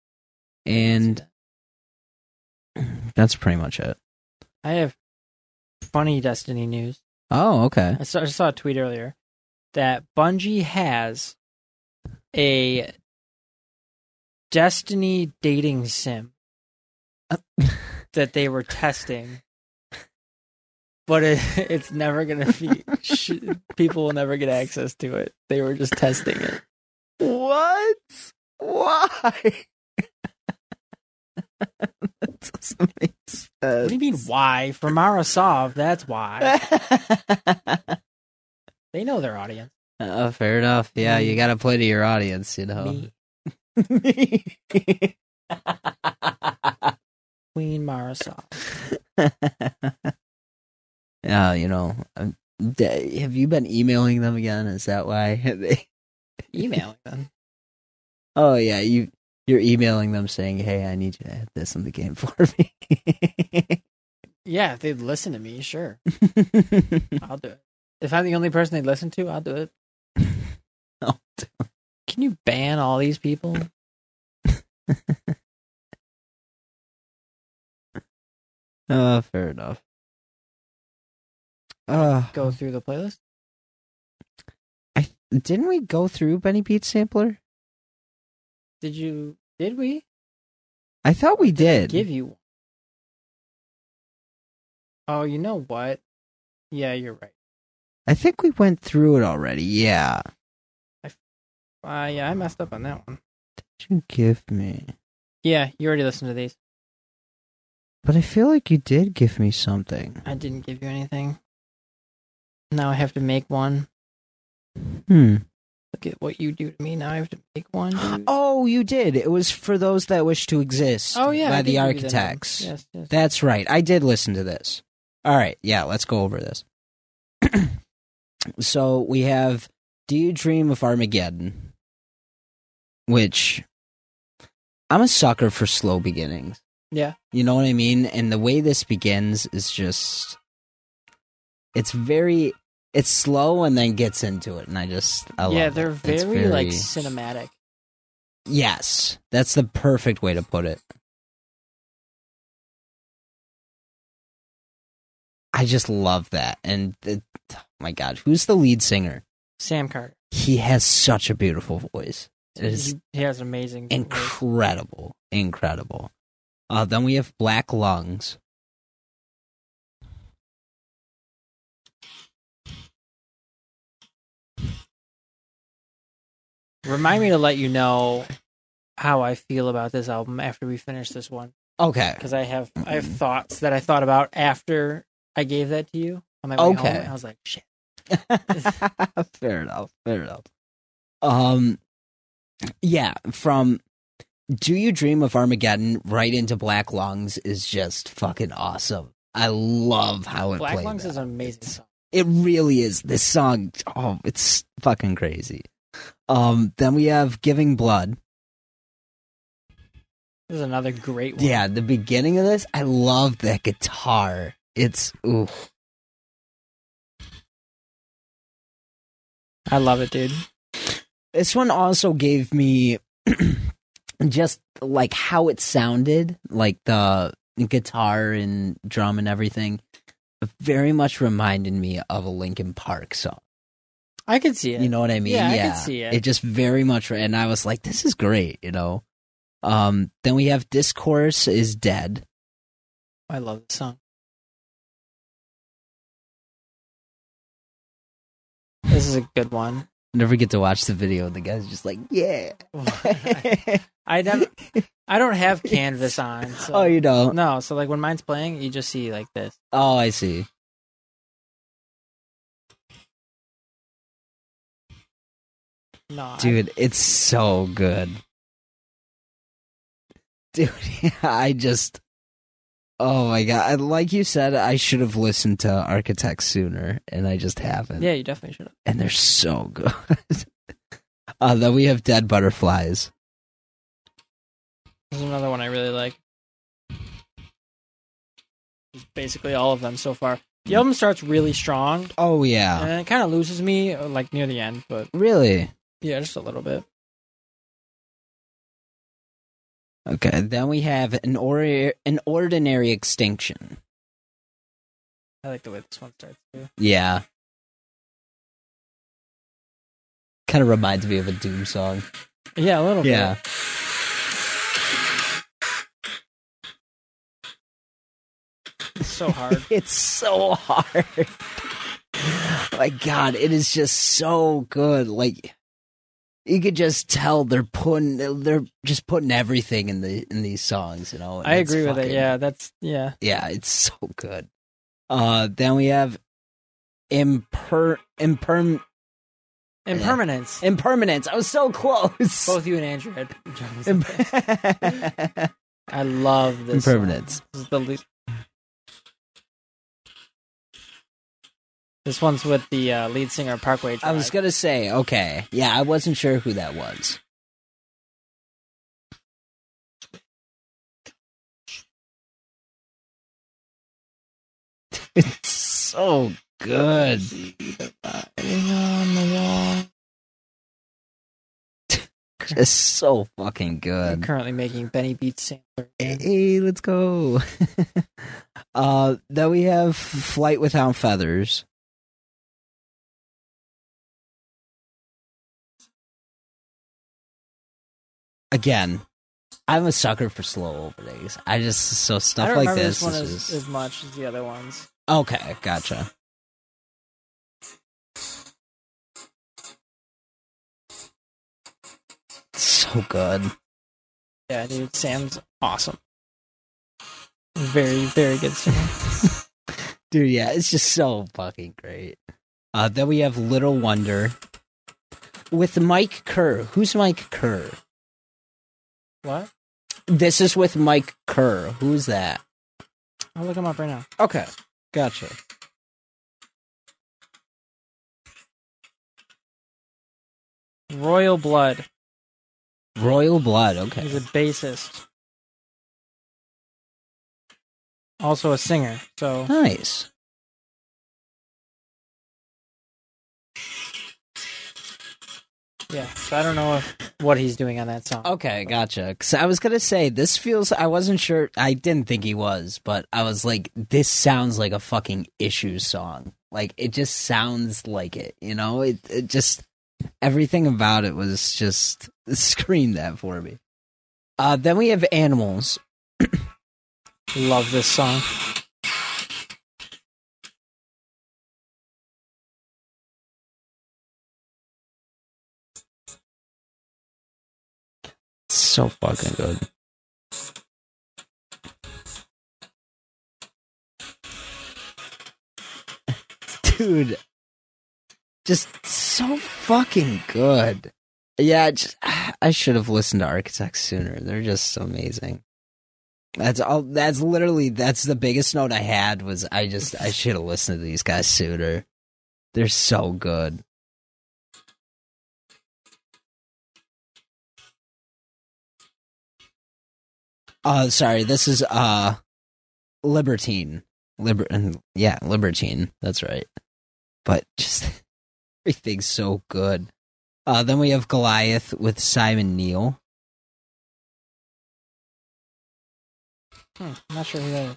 B: and that's pretty much it.
A: I have funny Destiny news.
B: Oh, okay.
A: I saw, I saw a tweet earlier that Bungie has a Destiny dating sim that they were testing, but it, it's never going to be. sh- people will never get access to it. They were just testing it.
B: What? Why? that doesn't make sense.
A: What do you mean? Why? For Marasov, that's why they know their audience.
B: Uh, fair enough. Yeah, you gotta play to your audience, you know.
A: Me, Queen Marasov.
B: Yeah, you know. um, d- Have you been emailing them again? Is that why? they-
A: Emailing them.
B: oh yeah, you you're emailing them saying, "Hey, I need you to add this in the game for me."
A: Yeah, if they'd listen to me, sure. I'll do it. If I'm the only person they listen to, I'll do it.
B: I'll
A: Can you ban all these people?
B: uh, fair enough. Uh,
A: Go through the playlist.
B: didn't we go through Benny Beat Sampler?
A: Did you? Did we
B: I thought we did.
A: give you? one? Oh, you know what? Yeah, you're right.
B: I think we went through it already. Yeah.
A: Uh, yeah, I messed up on that one.
B: Did you give me?
A: Yeah, you already listened to these.
B: But I feel like you did give me something.
A: I didn't give you anything. Now I have to make one.
B: Hmm.
A: Look at what you do to me. Now I have to make one. dude.
B: Oh, you did. It was for those that wish to exist.
A: Oh, yeah, I
B: by
A: did
B: the
A: give you that one.
B: architects.
A: Yes, yes.
B: That's right. I did listen to this. All right. Yeah, let's go over this. so we have Do You Dream of Armageddon? Which I'm a sucker for slow beginnings.
A: Yeah.
B: You know what I mean? And the way this begins is just. It's very. It's slow and then gets into it. And I just. I
A: yeah,
B: love
A: they're
B: it.
A: very,
B: It's
A: like cinematic.
B: Yes. That's the perfect way to put it. I just love that. And the, oh my God, who's the lead singer?
A: Sam Carter.
B: He has such a beautiful voice. It is
A: He, he has amazing. voice.
B: incredible. Incredible. Uh, then we have Black Lungs.
A: Remind me to let you know how I feel about this album after we finish this one,
B: Okay.
A: because I have I have thoughts that I thought about after I gave that to you on my way home.
B: Okay.
A: and I was like, shit.
B: fair enough. Fair enough. Um, yeah. From "Do You Dream of Armageddon" right into "Black Lungs" is just fucking awesome. I love how it
A: Black
B: played.
A: Lungs
B: that.
A: is an amazing song.
B: It really is. This song, oh, it's fucking crazy. Um, then we have "Giving Blood."
A: This is another great one.
B: Yeah, the beginning of this, I love that guitar. It's ooh,
A: I love it, dude.
B: this one also gave me just like how it sounded like the guitar and drum and everything very much reminded me of a Linkin Park song.
A: I could see it.
B: You know what I mean?
A: Yeah, I could see it.
B: It just very much and I was like this is great, you know. Um then we have Discourse is Dead.
A: I love this song. This is a good one.
B: Never get to watch the video and the guy's just like, "Yeah."
A: I never, I don't have Canvas on. So.
B: oh, you don't.
A: No, so like when mine's playing, you just see like this.
B: Oh, I see.
A: No, I-
B: Dude, it's so good. Dude, I just Oh my god. Like you said, I should have listened to Architects sooner and I just haven't.
A: yeah, you definitely should.
B: And they're so good. uh then we have Dead Butterflies.
A: There's another one I really like. It's basically all of them so far.
B: Hmm.
A: The album starts really strong,
B: Oh yeah.
A: and it kind of loses me uh, like near the end, but
B: Really?
A: yeah, just a little bit.
B: Okay. Then we have an or- an ordinary extinction.
A: I like the way this one starts too.
B: Yeah. Kind of reminds me of a doom song.
A: Yeah, a little
B: Yeah.
A: bit. It's so hard.
B: It's so hard. My God, it is just so good. Like you could just tell they're putting they're just putting everything in the in these songs. You know, and
A: I
B: it's
A: agree with it.
B: fucking-
A: Yeah, that's yeah.
B: yeah, it's so good. Uh, then we have imper imperm
A: Impermanence.
B: impermanence. I was so close.
A: Both you and Andrew had drums.
B: Imp-
A: I love this. song.
B: impermanence.
A: This is the least. This one's with the uh, lead singer Parkway
B: I
A: Drive.
B: was gonna say, okay, yeah, I wasn't sure who that was. It's so good. Just so fucking
A: They're
B: good.
A: currently making Benny Beats Sampler.
B: Hey, let's go. uh, then we have Flight Without Feathers. Again, I'm a sucker for slow openings. I just so
A: I
B: stuff
A: don't
B: like
A: remember
B: this.
A: this, one
B: is
A: as,
B: just-
A: as much as the other ones.
B: Okay, gotcha. So good.
A: Yeah, dude, Sam's awesome. Very, very good singer.
B: Dude, yeah, it's just so fucking great. Uh, then we have Little Wonder with Mike Kerr. Who's Mike Kerr?
A: what?
B: This is with Mike Kerr. Who's that?
A: I'll look him up right now.
B: Okay, gotcha.
A: Royal Blood.
B: Royal Blood.
A: He's
B: Okay,
A: a bassist. Also a singer. So
B: nice.
A: yeah. So I don't know if what he's doing on that song.
B: Okay, gotcha. Cause I was gonna say this feels. I wasn't sure. I didn't think he was, but I was like, this sounds like a fucking issue song. Like it just sounds like it. You know, it it just everything about it was just screamed that for me. Uh, then we have animals.
A: Love this song.
B: so fucking good. Dude, just so fucking good. Yeah, just, I should have listened to Architects sooner. They're just amazing. That's all. That's literally that's the biggest note I had was I just I should have listened to these guys sooner. They're so good. Uh, sorry, this is uh, Libertine. Liber- yeah, Libertine. That's right. But just everything's so good. Uh, then we have Goliath with Simon Neil.
A: Hmm, I'm not sure who that is.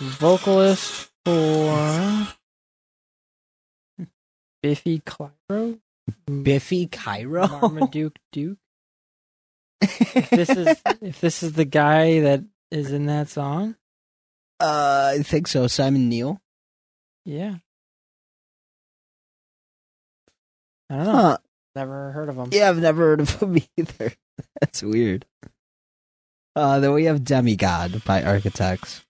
A: Vocalist for Biffy Clyro, Hmm.
B: Biffy Cairo.
A: Marmaduke Duke. This is if this is the guy that is in that song.
B: uh, I think so. Simon Neil.
A: Yeah, I don't know.
B: Huh.
A: Never heard of him.
B: Yeah, I've never heard of him either. That's weird. Uh, then we have Demigod by Architects.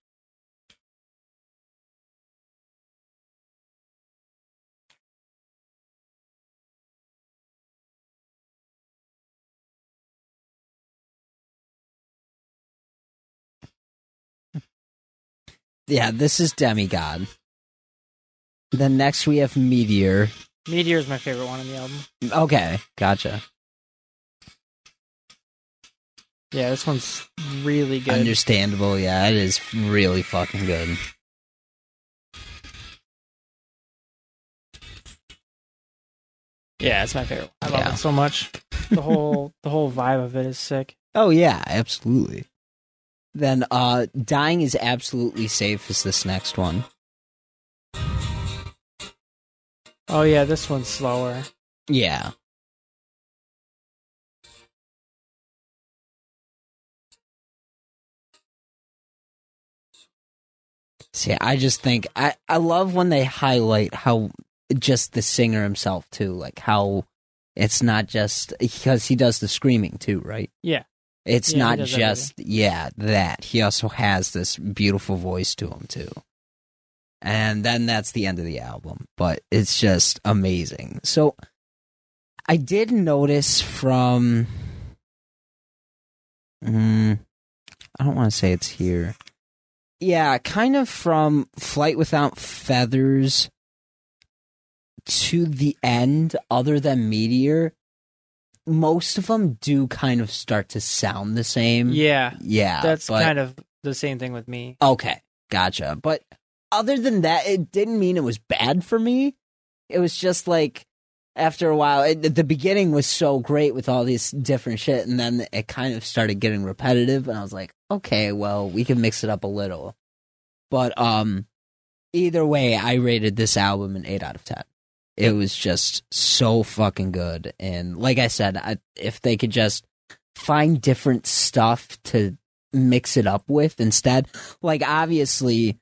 B: yeah, this is Demigod. Then next we have Meteor.
A: Meteor is my favorite one on the album.
B: Okay, gotcha.
A: Yeah, this one's really good.
B: Understandable, yeah, it is really fucking good.
A: yeah, it's my favorite. One. I love
B: Yeah.
A: it so much. The whole the whole vibe of it is sick.
B: Oh yeah, absolutely. Then uh dying is absolutely safe is this next one.
A: Oh yeah, this one's slower.
B: Yeah. See, I just think I I love when they highlight how just the singer himself too, like how it's not just because he does the screaming too, right?
A: Yeah.
B: It's
A: Yeah, he
B: not
A: does that
B: just yeah, that. He also has this beautiful voice to him too. And then that's the end of the album, but it's just amazing. So I did notice from Mm, I don't want to say it's here. Yeah, kind of from Flight Without Feathers to the end, other than Meteor, most of them do kind of start to sound the same.
A: Mm-hmm. Yeah,
B: Yeah.
A: that's
B: but,
A: kind of the same thing with me.
B: Okay, gotcha. But other than that, it didn't mean it was bad for me. It was just like after a while, it, the beginning was so great with all these different shit, and then it kind of started getting repetitive, and I was like, okay, well, we can mix it up a little. But um, either way, I rated this album an eight out of ten. It was just so fucking good, and like I said, I, if they could just find different stuff to mix it up with instead, like obviously,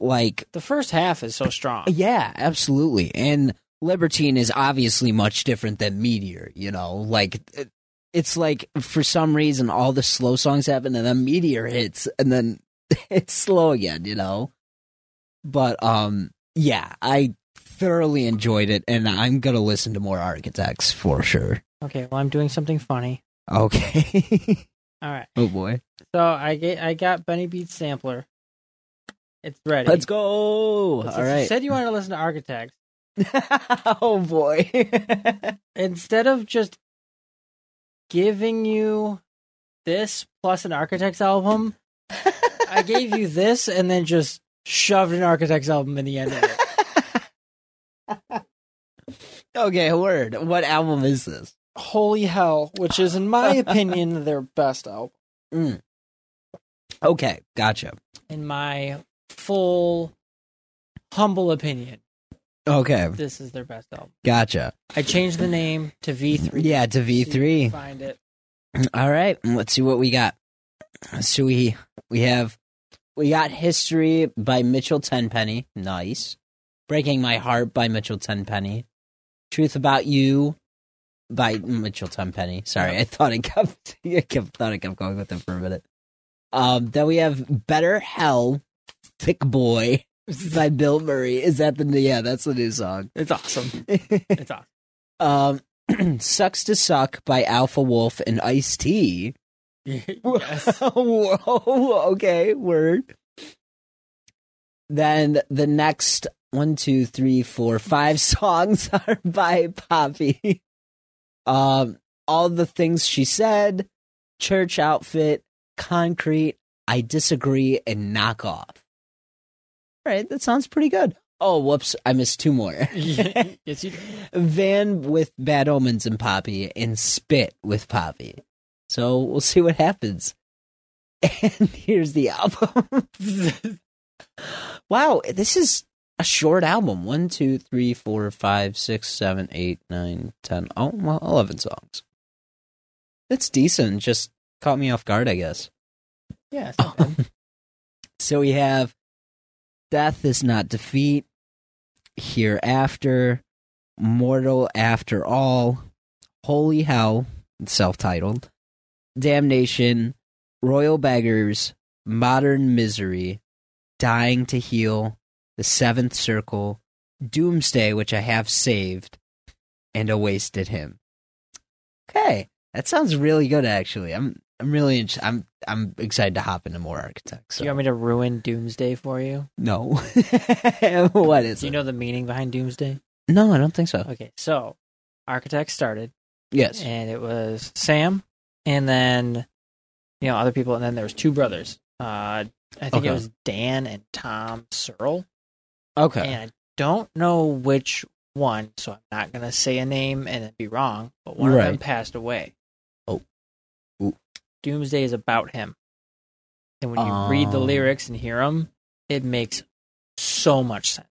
B: like
A: The first half is so strong.
B: yeah, absolutely. And Libertine is obviously much different than Meteor, you know? Like, it- it's like for some reason all the slow songs happen and then Meteor hits and then it's slow again, you know? But, um, yeah, I thoroughly enjoyed it and I'm gonna listen to more Architects for sure.
A: Okay, well I'm doing something funny.
B: Okay.
A: All right,
B: oh boy.
A: so I get I got Benny Beat's sampler. It's ready.
B: Let's go.
A: Since
B: all
A: You
B: right.
A: said you wanted to listen to Architects.
B: oh boy.
A: Instead of just giving you this plus an Architects album, I gave you this and then just shoved an Architects album in the end of it.
B: okay, word. What album is this?
A: Holy hell, which is in my opinion their best album.
B: Mm. Okay, gotcha.
A: In my full humble opinion,
B: Okay,
A: this is their best album.
B: gotcha.
A: I changed the name to V3.
B: Yeah, to
A: See
B: V
A: if you can
B: three.
A: Find it.
B: All right, let's see what we got. So we we have we got history by Mitchell Tenpenny. Nice. Breaking My Heart by Mitchell Tenpenny. Truth About You by Mitchell Tenpenny. Sorry, I thought it kept I kept thought I kept going with it for a minute. Um, then we have Better Hell, Thick Boy by Bill Murray. Is that the yeah, that's the new song.
A: It's awesome. It's awesome.
B: um Sucks to Suck by Alpha Wolf and Ice T.
A: yes.
B: Whoa, okay, word. Then the next one, two, three, four, five songs are by Poppy. Um, all the things she said, church outfit, concrete, I disagree, and knock off. All right, that sounds pretty good. Oh, whoops, I missed two more.
A: yes, you.
B: Van with Bad Omens and Poppy, and Spit with Poppy. So we'll see what happens. And here's the album. wow, this is a short album. One, two, three, four, five, six, seven, eight, nine, ten. Oh, well, eleven songs. That's decent. Just caught me off guard, I guess.
A: Yes.
B: Oh, So we have Death is Not Defeat, Hereafter, Mortal After All, Holy Hell, self titled, Damnation, Royal Beggars, Modern Misery, Dying to Heal, The Seventh Circle, Doomsday, which I have saved, and A Wasted Him. Okay. That sounds really good actually. I'm I'm really int- I'm I'm excited to hop into more architects.
A: Do you want me to ruin Doomsday for you?
B: No. what is
A: Do you
B: it?
A: know the meaning behind Doomsday?
B: no, I don't think so.
A: Okay, so architects started,
B: Yes.
A: and it was Sam, and then you know other people, and then there was two brothers. Uh, I think
B: Okay.
A: it was Dan and Tom Searle,
B: Okay.
A: and I don't know which one, so I'm not gonna say a name and then be wrong. But one of them
B: Right.
A: passed away.
B: Oh. Ooh.
A: Doomsday is about him, and when you read the
B: Um.
A: lyrics and hear them, it makes so much sense.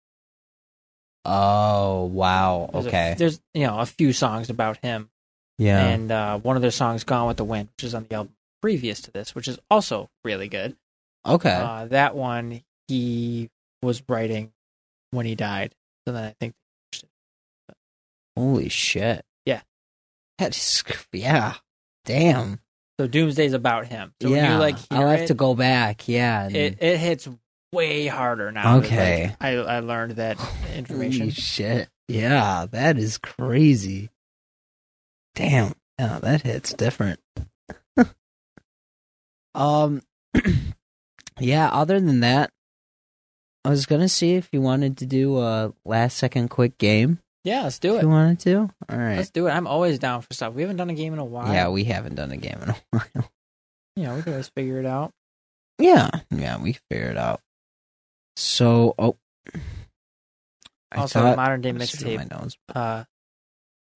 B: Oh, wow.
A: There's a-
B: Okay.
A: there's you know a few songs about him.
B: Yeah.
A: and uh, one of their songs, "Gone with the Wind," which is on the album previous to this, which is also really good.
B: okay.
A: Uh, that one he was writing when he died, so then I think
B: Holy shit.
A: Yeah.
B: That's yeah. Damn.
A: so. Doomsday's about him. So
B: yeah.
A: when you like
B: I'll
A: hear
B: have
A: it,
B: to go back. Yeah. and-
A: It, it hits way harder now. It's like,
B: Okay.
A: I I learned that information.
B: Holy shit. Yeah, that is crazy. Damn. Yeah, that hits different. um Yeah, other than that, I was gonna see if you wanted to do a last second quick game.
A: Yeah, let's do
B: If
A: it.
B: you wanted to? All right.
A: Let's do it. I'm always down for stuff. We haven't done a game in a while.
B: Yeah, we haven't done a game in a while.
A: you know we can always figure it out.
B: Yeah, yeah, we can figure it out. So, oh, I
A: also,
B: thought-
A: the modern day
B: Let's see what
A: mixtape
B: My nose.
A: uh,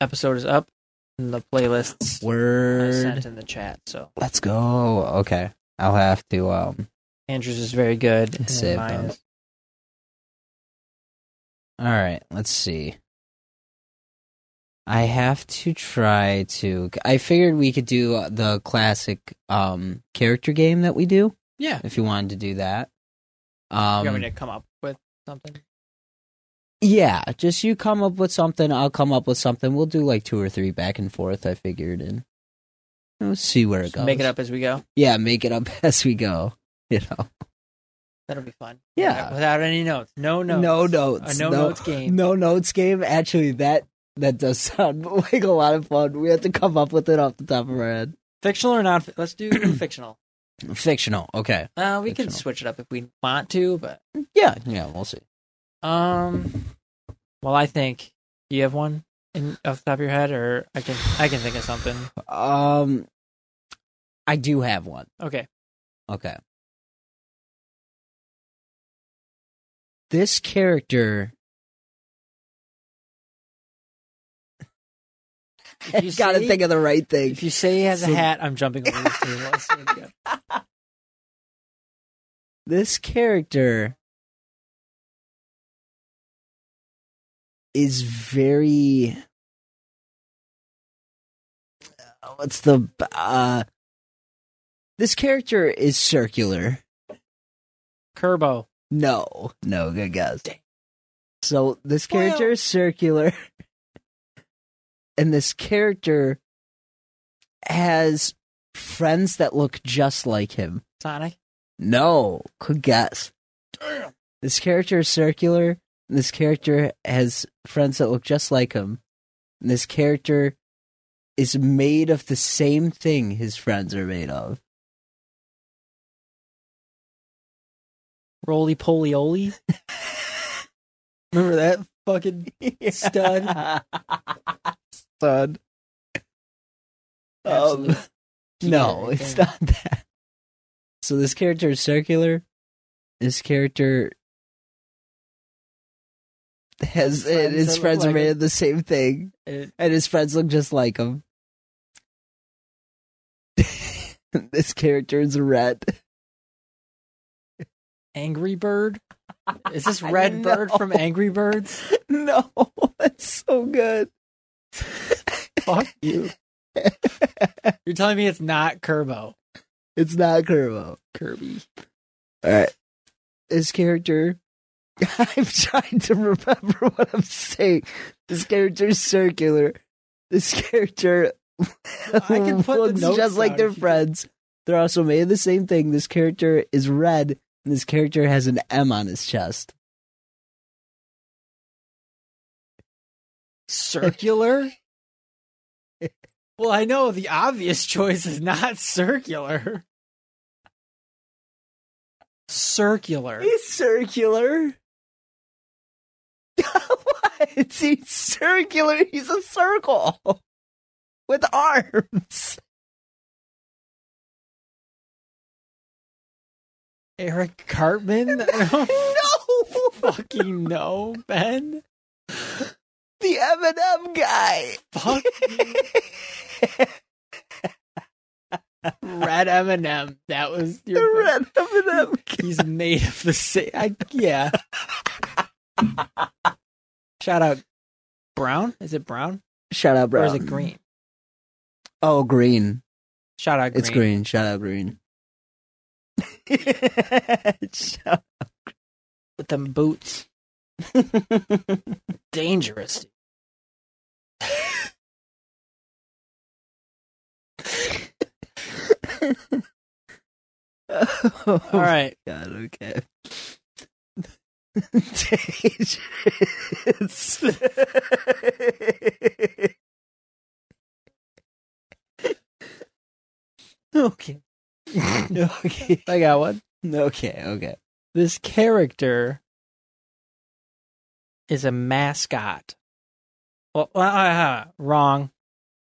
A: episode is up, and the playlists I sent
B: Word.
A: in the chat. So
B: Let's go. Okay, I'll have to. Um.
A: Andrew's is very good. And
B: Let's
A: then
B: save
A: mine
B: those.
A: is-
B: All right. Let's see. I have to try to. I figured we could do uh, the classic um character game that we do
A: yeah.
B: if you wanted to do that.
A: You
B: Um,
A: want me to come up with something?
B: Yeah, just you come up with something, I'll come up with something. We'll do like two or three back and forth, I figured, and we'll see where it
A: Just
B: goes.
A: make it up as we go.
B: Yeah, make it up as we go. You know.
A: That'll be fun.
B: Yeah.
A: Without, without any notes. No notes.
B: No notes.
A: A no, notes game.
B: No notes game. Actually that that does sound like a lot of fun. We have to come up with it off the top of our head.
A: Fictional or not? fi- Let's do fictional.
B: Fictional. Okay.
A: Uh, we can
B: Fictional.
A: switch it up if we want to, but
B: Yeah, yeah, we'll see.
A: um, well, I think do you have one in, off the top of your head, or I can I can think of something.
B: Um I do have one.
A: Okay.
B: Okay. This character
A: If you
B: got to
A: say-
B: think of the right thing.
A: If you say he has a
B: So-
A: hat, I'm jumping over this table. Let's see what we got.
B: This character is very Uh, what's the uh This character is circular.
A: Kerbo.
B: No. No, good guess. So this
A: Spoil.
B: character is circular, and this character has friends that look just like him.
A: Sonic.
B: No, good guess. This character is circular. And this character has friends that look just like him. And this character is made of the same thing his friends are made of.
A: Roly poly oly. Remember that fucking
B: Stud. Stud. Um,
A: Absolute
B: no,
A: cheater.
B: it's not that. So this character is circular. This character has
A: His friends
B: and his
A: that look
B: friends are
A: like
B: made
A: him.
B: of the same thing,
A: It-
B: and his friends look just like him. this character is red.
A: Angry Bird. Is this Red Bird
B: No.
A: from Angry Birds?
B: No, that's so good.
A: Fuck you. You're telling me it's not Kerbo.
B: It's not Kerbo.
A: Kirby.
B: All right. This character. I'm trying to remember what I'm saying. This character is circular. This character
A: I can put the
B: looks
A: notes
B: just like
A: down
B: their
A: if you-
B: friends. They're also made of the same thing. This character is red, and this character has an M on his chest.
A: Circular? well, I know the obvious choice is not circular. Circular.
B: He's circular. what? He's circular. He's a circle with arms.
A: Eric Cartman? I don't
B: no.
A: fucking know, Ben.
B: the M&M guy.
A: Fuck Red Eminem. That was your
B: the red M&M guy.
A: He's made of the same. I, yeah. Shout out Brown. Is it Brown?
B: Shout out,
A: or
B: brown.
A: is it Green?
B: Oh, green.
A: Shout out Green.
B: It's green. Shout out, green. Shout-
A: with them boots. Dangerous.
B: All
A: All right.
B: God, okay. Dangerous. okay. okay.
A: I got one.
B: Okay, okay.
A: This character is a mascot. Well, uh, uh, wrong.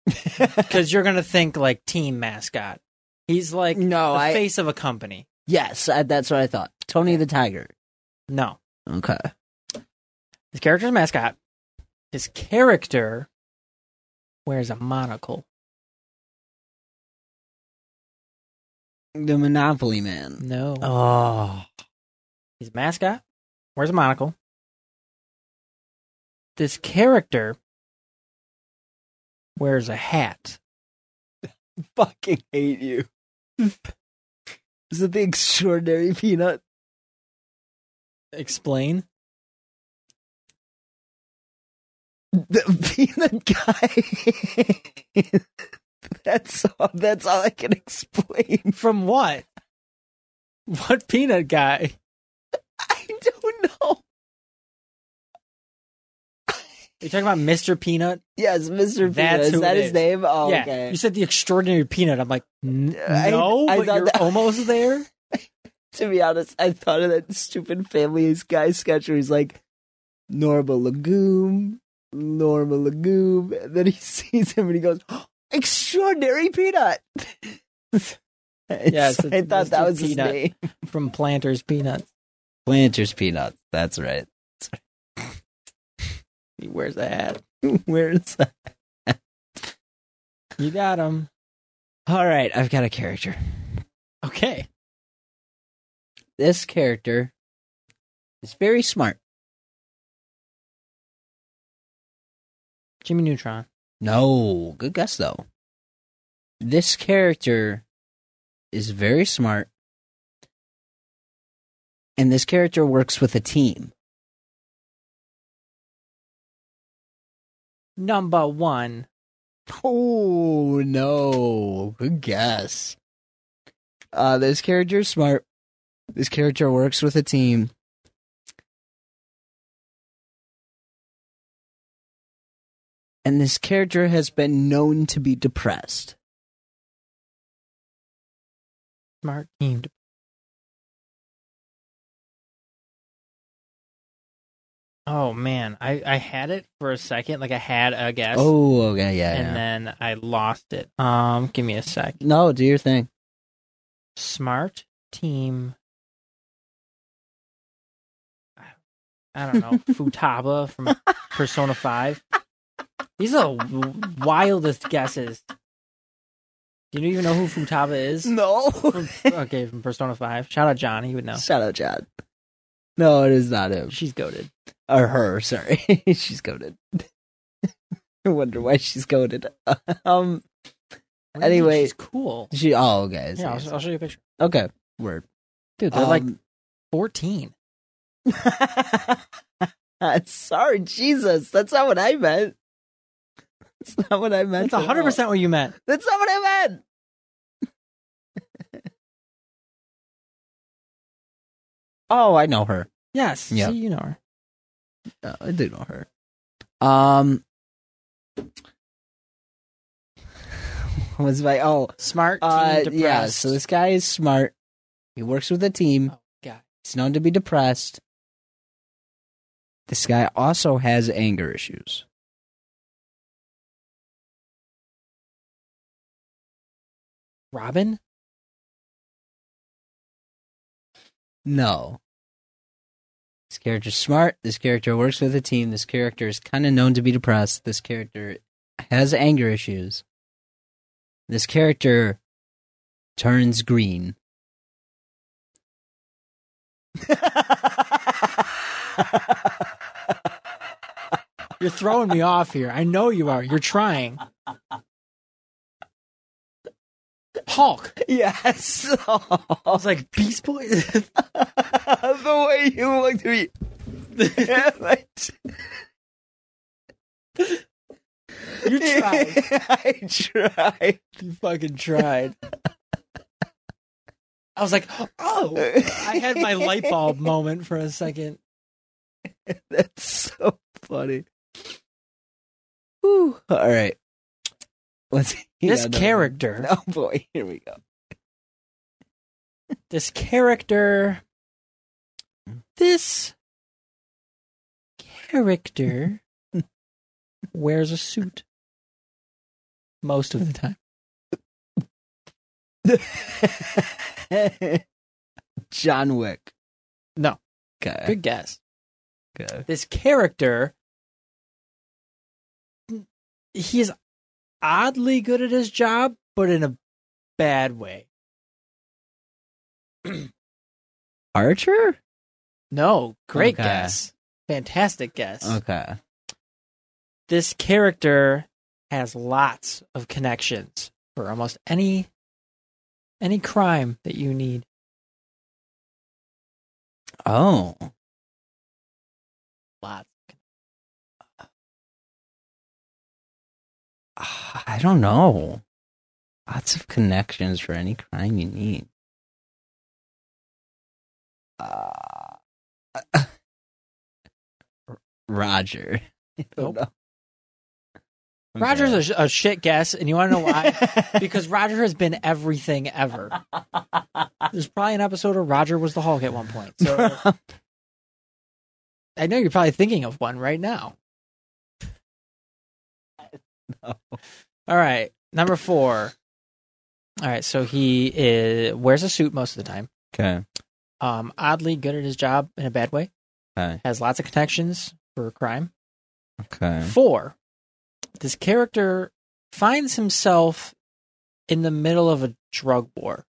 A: Because you're going to think like team mascot. He's like
B: no,
A: the
B: I
A: face of a company.
B: yes, I, that's what I thought. Tony the Tiger.
A: No.
B: Okay.
A: His character's a mascot. His character wears a monocle.
B: The Monopoly Man.
A: No.
B: Oh,
A: He's a mascot. Wears a monocle. This character wears a hat.
B: fucking hate you. Is it the extraordinary peanut?
A: Explain.
B: The peanut guy. that's all. That's all I can explain.
A: From what? What peanut guy?
B: I don't know.
A: You're talking about Mr. Peanut?
B: Yes, Mr.
A: That's
B: peanut.
A: who
B: Is that
A: it
B: his
A: is.
B: name? Oh,
A: yeah.
B: okay. Uh,
A: You said the extraordinary peanut. I'm like, n-
B: I-
A: no,
B: I
A: but
B: thought
A: you're
B: that-
A: almost there.
B: to be honest, I thought of that stupid Family Guy sketch where he's like, Norma Legume, Norma Legume. And then he sees him and he goes, Extraordinary Peanut.
A: Yes,
B: So I
A: it's
B: thought that
A: Mr.
B: was
A: Peanut.
B: his name.
A: From Planters Peanut.
B: Planters Peanut. That's right.
A: He wears a hat.
B: Where's that?
A: You got him.
B: All right, I've got a character.
A: Okay.
B: This character is very smart.
A: Jimmy Neutron.
B: No, good guess though. This character is very smart, and this character works with a team.
A: number one.
B: Oh no! Good guess. Uh, this character's smart. This character works with a team. And this character has been known to be depressed.
A: Smart team. Oh man, I I had it for a second, like I had a guess,
B: Oh, okay, yeah,
A: and
B: yeah.
A: then I lost it. Um, give me a sec.
B: no, do your thing.
A: Smart team. I- I don't know Futaba from Persona Five. These are the wildest guesses. You don't even know who Futaba is.
B: No.
A: From- okay, from Persona Five. Shout out John. He would know.
B: Shout out, Chad. No, it is not him.
A: She's goaded.
B: or her sorry she's goaded i wonder why she's goaded um Anyway.
A: she's cool.
B: she oh guys
A: Yeah, I'll, I'll show you a picture.
B: okay word
A: Dude, they're like
B: Um,
A: 14.
B: Um, sorry jesus that's not what i meant that's not what i meant
A: That's 100% what you meant.
B: that's not what i meant oh i know her
A: Yes.
B: Yeah.
A: See, you know her.
B: Uh, I do know her. Um, what was my oh
A: Smart, teen,
B: uh
A: depressed.
B: yeah? So this guy is smart. He works with a team.
A: Oh, God.
B: He's known to be depressed. This guy also has anger issues.
A: Robin?
B: No. This character's smart. This character works with a team. This character is kind of known to be depressed. This character has anger issues. This character turns green.
A: You're throwing me off here. I know you are. You're trying. Hulk.
B: Yes.
A: I was like, Beast Boy?
B: the way you looked at me.
A: you tried.
B: I tried.
A: You fucking tried. I was like, oh. I had my light bulb moment for a second.
B: That's so funny. Whew. All right. Let's
A: This
B: Yeah, no.
A: character.
B: Oh boy, here we go.
A: this character this character wears a suit most of the time
B: John Wick.
A: No.
B: Okay.
A: good guess
B: okay.
A: this character he's oddly good at his job but in a bad way
B: Archer?
A: no great
B: Okay.
A: guess fantastic guess
B: Okay.
A: this character has lots of connections for almost any any crime that you need.
B: Oh.
A: Lots.
B: Ah, I don't know. Lots of connections for any crime you need. Uh, Roger. I don't know.
A: Roger's a, sh- a shit guess, and you want to know why? because Roger has been everything ever. There's probably an episode of Roger was the Hulk at one point. So I know you're probably thinking of one right now.
B: No.
A: All right, number four. All right, so he is, wears a suit most of the time.
B: okay.
A: Um, oddly good at his job in a bad way.
B: Okay.
A: Has lots of connections for crime.
B: Okay.
A: Four, this character finds himself in the middle of a drug war.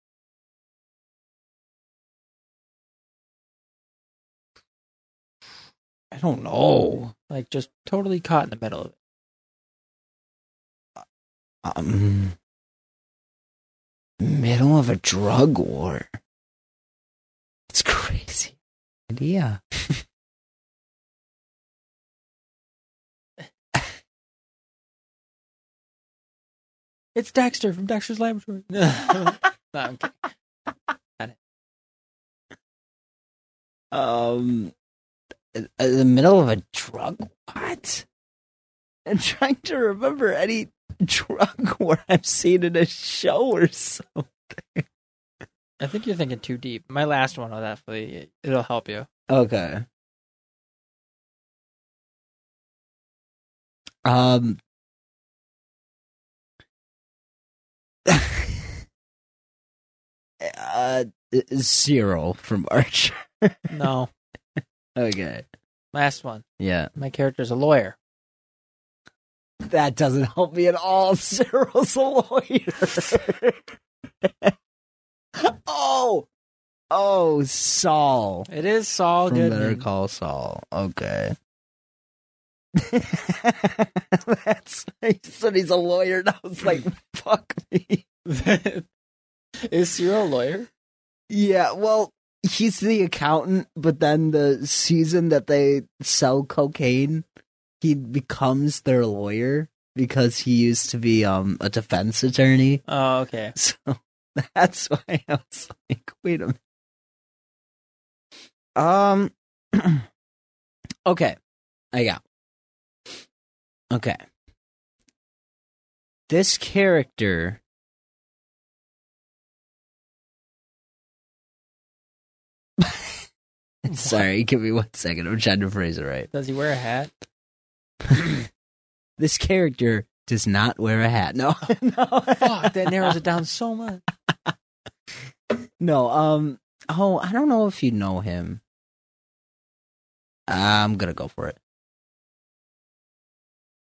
B: I don't know.
A: Like, just totally caught in the middle of it.
B: Um, middle of a drug war. It's crazy idea.
A: It's Dexter from Dexter's Laboratory. no, I'm kidding.
B: Um, in in the middle of a drug what? I'm trying to remember any drug where I've seen in a show or something.
A: I think you're thinking too deep. My last one will definitely it'll help you.
B: Okay. Um. uh, Cyril from Archer.
A: No,
B: Okay.
A: last one.
B: Yeah.
A: My character's a lawyer.
B: That doesn't help me at all. Cyril's a lawyer. oh, oh, Saul.
A: It is Saul
B: From Better
A: Goodman.
B: Call Saul. Okay. That's he said he's a lawyer, and I was like, "Fuck me."
A: is Cyril a lawyer?
B: Yeah, well, he's the accountant, but then the season that they sell cocaine, he becomes their lawyer because he used to be um a defense attorney.
A: Oh, okay.
B: So that's why I was like, wait a minute. Um Okay. I got. Okay. This character Sorry, give me one second. I'm trying to phrase it right.
A: Does he wear a hat?
B: This character does not wear a hat. No. no.
A: Fuck, that narrows it down so much.
B: No, um oh, I don't know if you know him. I'm gonna go for it.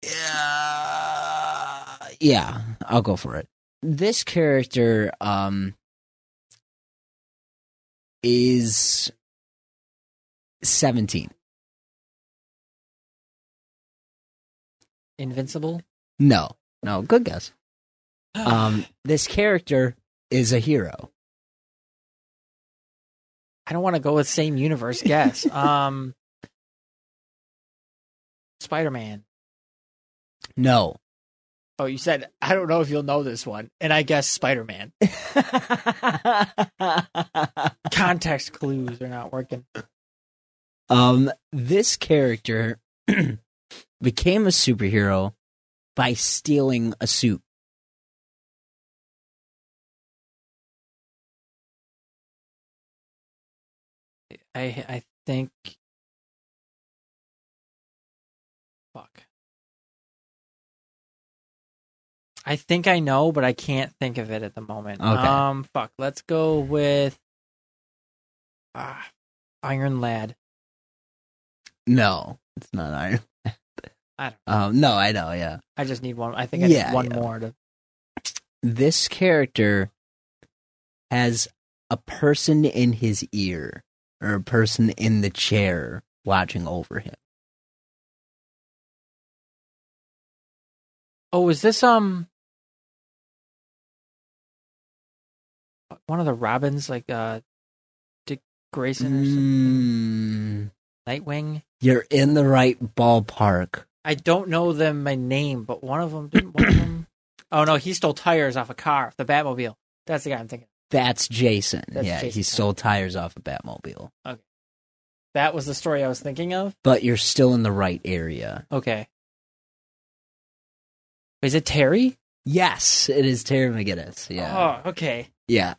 B: Yeah, yeah, I'll go for it. This character um is seventeen.
A: Invincible.
B: No, no, good guess. Um this character is a hero.
A: I don't want to go with same universe guess. Um, Spider Man.
B: No.
A: Oh, you said I don't know if you'll know this one, and I guess Spider Man. Context clues are not working.
B: Um, this character became a superhero by stealing a suit.
A: I I think. Fuck. I think I know, but I can't think of it at the moment.
B: Okay.
A: Um. Fuck. Let's go with. Ah, Iron Lad.
B: No, it's not Iron.
A: I don't.
B: Um, no, I know. Yeah,
A: I just need one. I think I
B: Yeah,
A: need one
B: yeah.
A: more to.
B: this character has a person in his ear or a person in the chair watching over him.
A: Oh, is this um? One of the Robins, like uh, Dick Grayson or something.
B: Mm,
A: Nightwing.
B: you're in the right ballpark.
A: I don't know them by name, but one of them didn't. One of them. Oh no, he stole tires off a car, the Batmobile. That's the guy I'm thinking.
B: That's Jason.
A: That's
B: yeah, he
A: Jason.
B: stole tires off a Batmobile.
A: That was the story I was thinking of.
B: But you're still in the right area.
A: Okay. Is it Terry?
B: Yes, it is Terry McGinnis. Yeah,
A: Oh, okay.
B: yeah,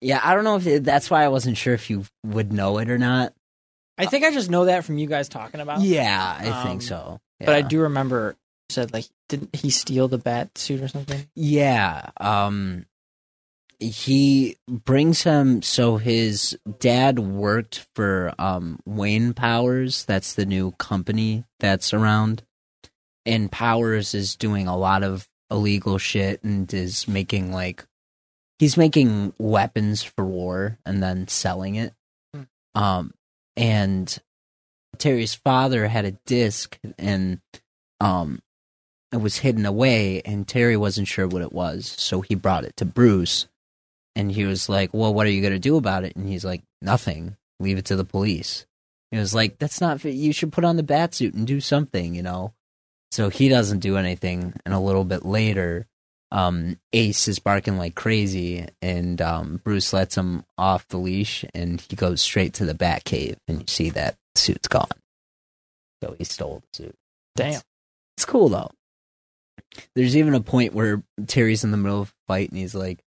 B: yeah. I don't know if it, that's why I wasn't sure if you would know it or not.
A: I think I just know that from you guys talking about. it.
B: yeah, I
A: um,
B: think so.
A: But I
B: Yeah.
A: do remember you said like didn't he steal the bat suit or something?
B: Yeah. Um, he brings him. So his dad worked for um Wayne Powers. That's the new company that's around. And Powers is doing a lot of illegal shit and is making like he's making weapons for war and then selling it.
A: Hmm.
B: Um, and Terry's father had a disc and um it was hidden away and Terry wasn't sure what it was, so he brought it to Bruce and he was like, "Well, what are you going to do about it?" And he's like, "Nothing. Leave it to the police." He was like, "That's not fit. you should put on the bat suit and do something, you know." So he doesn't do anything and a little bit later um, Ace is barking like crazy, and um, Bruce lets him off the leash, and he goes straight to the Bat Cave, and you see that suit's gone. So he stole the suit.
A: Damn.
B: It's cool though. There's even a point where Terry's in the middle of a fight, and he's like,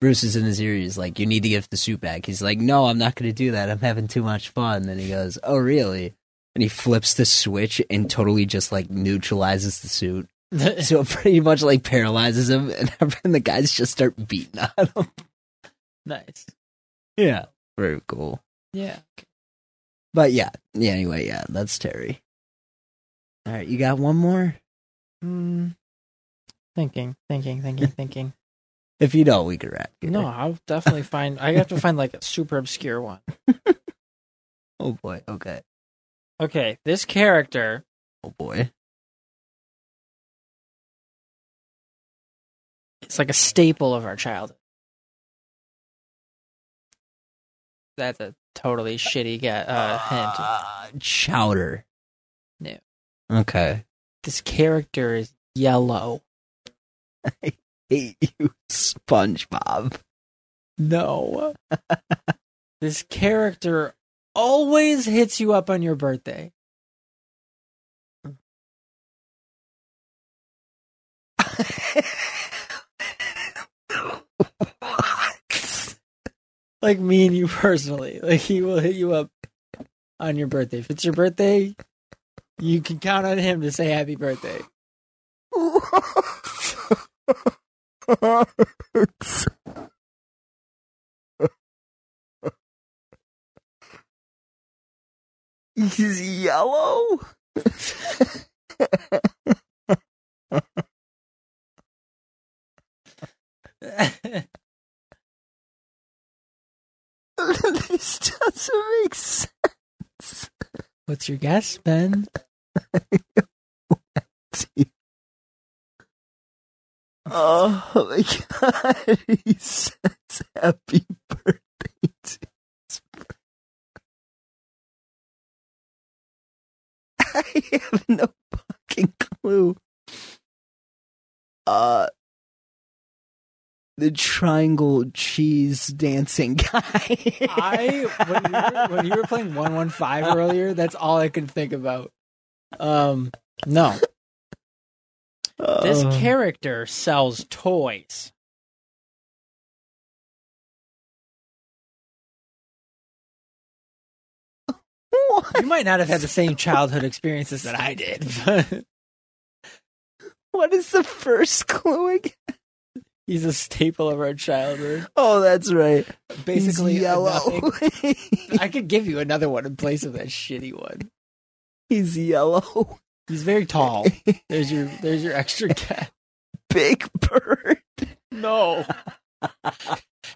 B: Bruce is in his ear. He's like, "You need to give the suit back." He's like, "No, I'm not going to do that. I'm having too much fun." And he goes, "Oh, really?" And he flips the switch and totally just like neutralizes the suit so it pretty much like paralyzes him, and everyone, the guys just start beating on him.
A: nice.
B: Yeah, very cool.
A: Yeah.
B: But yeah, yeah. Anyway, yeah, that's Terry. All right, you got one more.
A: Mm. Thinking, thinking, thinking, thinking.
B: If you don't, we could wrap. here.
A: No, I'll definitely find. I have to find like a super obscure one.
B: Oh boy. Okay.
A: Okay, this character
B: Oh boy.
A: is like a staple of our childhood. That's a totally shitty get, uh, hint.
B: Uh, Chowder.
A: No.
B: Okay.
A: This character is yellow.
B: Hate you, SpongeBob.
A: No. this character always hits you up on your birthday.
B: what?
A: Like me and you personally. Like he will hit you up on your birthday. If it's your birthday, you can count on him to say happy birthday.
B: He's yellow. this doesn't make sense.
A: What's your guess, Ben?
B: Oh my god, he says happy birthday. to his brother. I have no fucking clue. Uh, the triangle cheese dancing guy.
A: I when you were, when you were playing one one five earlier, that's all I could think about. Um, no, this
B: Oh.
A: character sells toys.
B: What?
A: You might not have had the same childhood experiences that I did. But
B: what is the first clue again?
A: he's a staple of our childhood.
B: Oh, that's right. He's
A: Basically, a
B: yellow.
A: nothing. I could give you another one in place of that shitty one.
B: He's yellow.
A: He's very tall. There's your there's your extra cat.
B: Big bird.
A: No.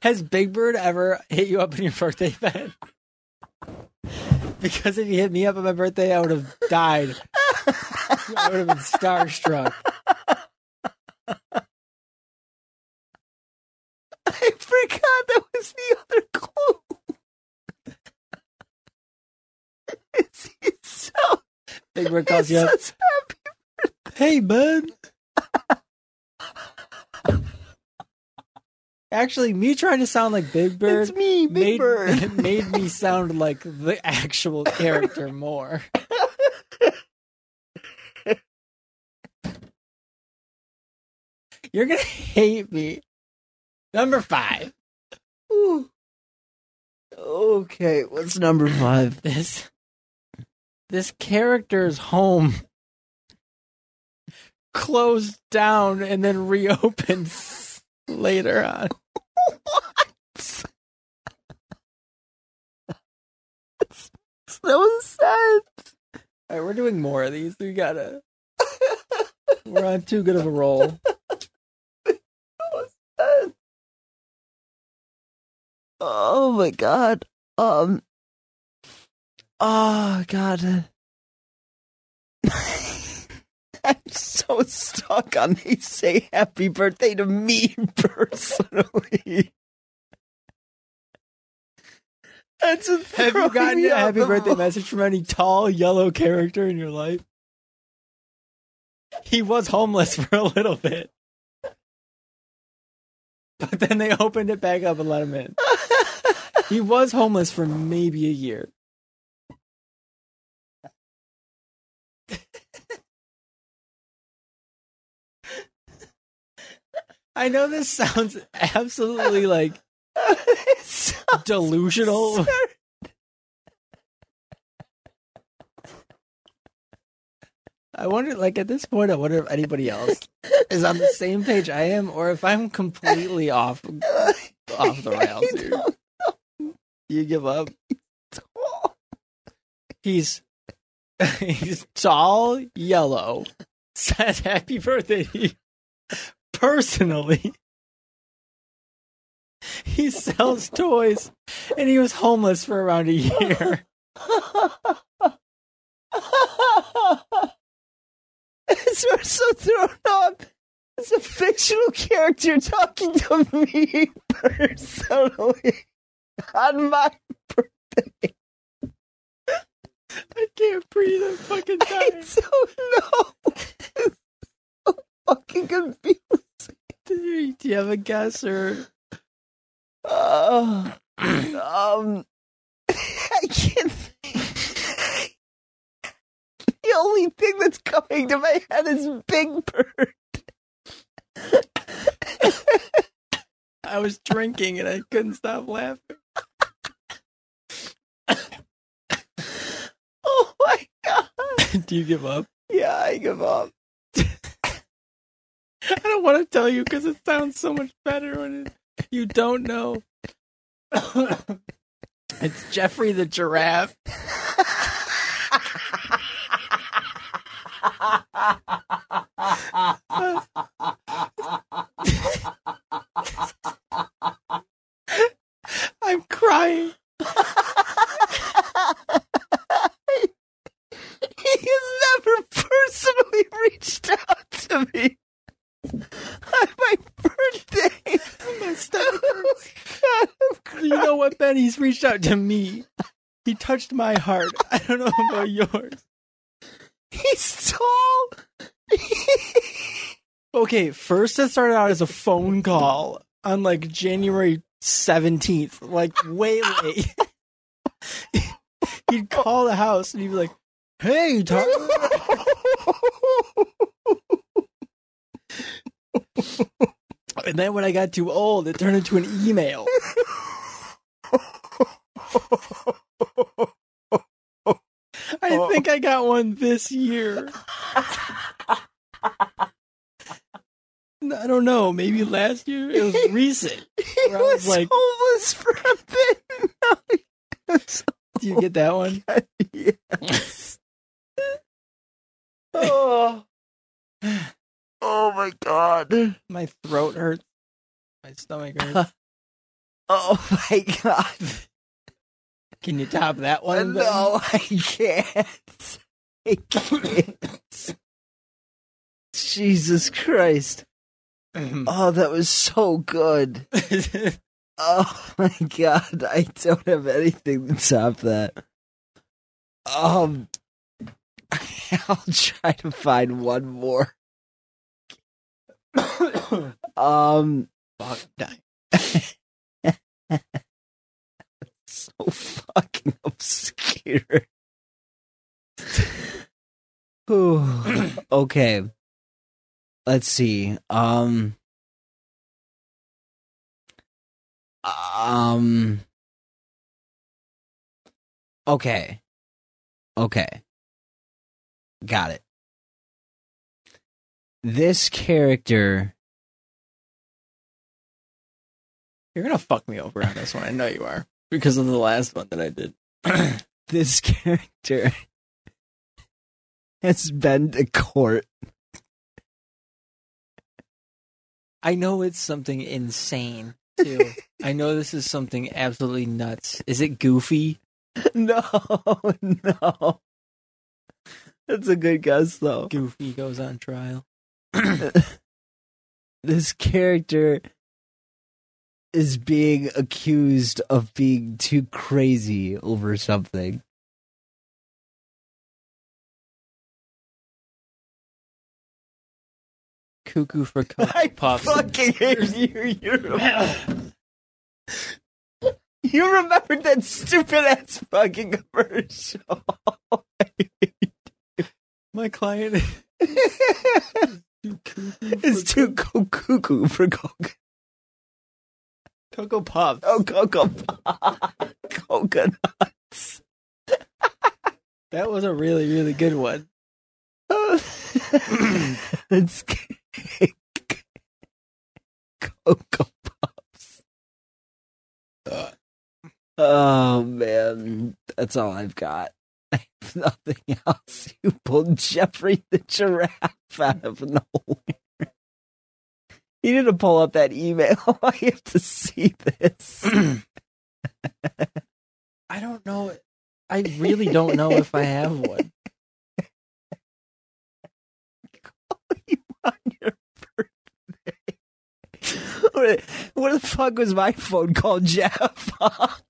A: Has Big Bird ever hit you up on your birthday, Ben? Because if he hit me up on my birthday, I would have died. I would have been starstruck.
B: I forgot that was the other clue. it's, it's so.
A: Big Bird
B: It's
A: calls you up.
B: so happy.
A: Hey, bud. Actually, me trying to sound like Big Bird
B: It's me, Big
A: made,
B: Bird.
A: made me sound like the actual character more. You're gonna hate me. Number five.
B: Ooh. Okay, what's number five?
A: This this character's home closed down and then reopened later on.
B: So sad.
A: All right, we're doing more of these. We gotta. we're on too good of a roll.
B: Uh, Oh my god. Um. Oh god. I'm so stuck on they say happy birthday to me personally. That's a
A: Have you gotten a happy birthday message from any tall yellow character in your life? He was homeless for a little bit. But then they opened it back up and let him in. he was homeless for maybe a year. I know this sounds absolutely like delusional. I wonder, like at this point, I wonder if anybody else is on the same page I am, or if I'm completely off off the rails. Dude. You give up. He's he's tall, yellow. Says happy birthday. to you." Personally, he sells toys, and he was homeless for around a year.
B: We're so thrown up. It's a fictional character talking to me personally on my
A: I can't breathe. I'm fucking tired.
B: don't know. It's so fucking confused.
A: Do you have a guess or?
B: Uh, um, I can't think. The only thing that's coming to my head is Big Bird.
A: I was drinking and I couldn't stop laughing.
B: Oh my god.
A: Do you give up?
B: Yeah, I give up.
A: I don't want to tell you because it sounds so much better when it, you don't know. it's Jeffrey the giraffe. I'm crying.
B: He has never personally reached out to me on my birthday.
A: Oh,
B: Oh,
A: My stomach hurts. you know what, Ben? He's reached out to me. He touched my heart. I don't know about yours.
B: He's tall.
A: Okay, first it started out as a phone call on like January 17th, like way late. he'd call the house and he'd be like, Hey, Tyler. and then when I got too old, it turned into an email. I think I got one this year. I don't know. Maybe last year it was recent.
B: He
A: Where I was
B: was
A: like-
B: homeless for a bit. Now he-
A: Do you get that one?
B: oh. oh my god.
A: My throat hurts. My stomach hurts.
B: Oh my god.
A: Can you top that one? Ben?
B: No, I can't. I can't. Jesus Christ. Oh, that was so good. Oh my god, I don't have anything to top that. Um, I'll try to find one more. Um,
A: Fuck, die.
B: so fucking obscure. Whew. okay, let's see. Um, um, okay, okay, got it. This character.
A: You're gonna fuck me over on this one. I know you are because of the last one that I did.
B: this character has been to court.
A: I know it's something insane too. I know this is something absolutely nuts. Is it goofy?
B: No, no. That's a good guess, though.
A: Goofy goes on trial.
B: This character is being accused of being too crazy over something.
A: cuckoo for
B: I
A: Cocoa Puffs.
B: fucking hate you. You remember, you remembered that stupid ass fucking commercial.
A: My client
B: it's too go cuckoo for cocoa.
A: Cocoa Puffs.
B: Oh, cocoa pop. coconuts.
A: That was a really really good one.
B: it's cocoa pops. Oh man, that's all I've got. I have nothing else. You pulled Jeffrey the giraffe out of nowhere. You need to pull up that email. I have to see this.
A: I don't know. I really don't know if I have one.
B: on your birthday. What the fuck was my phone call, Jeff? what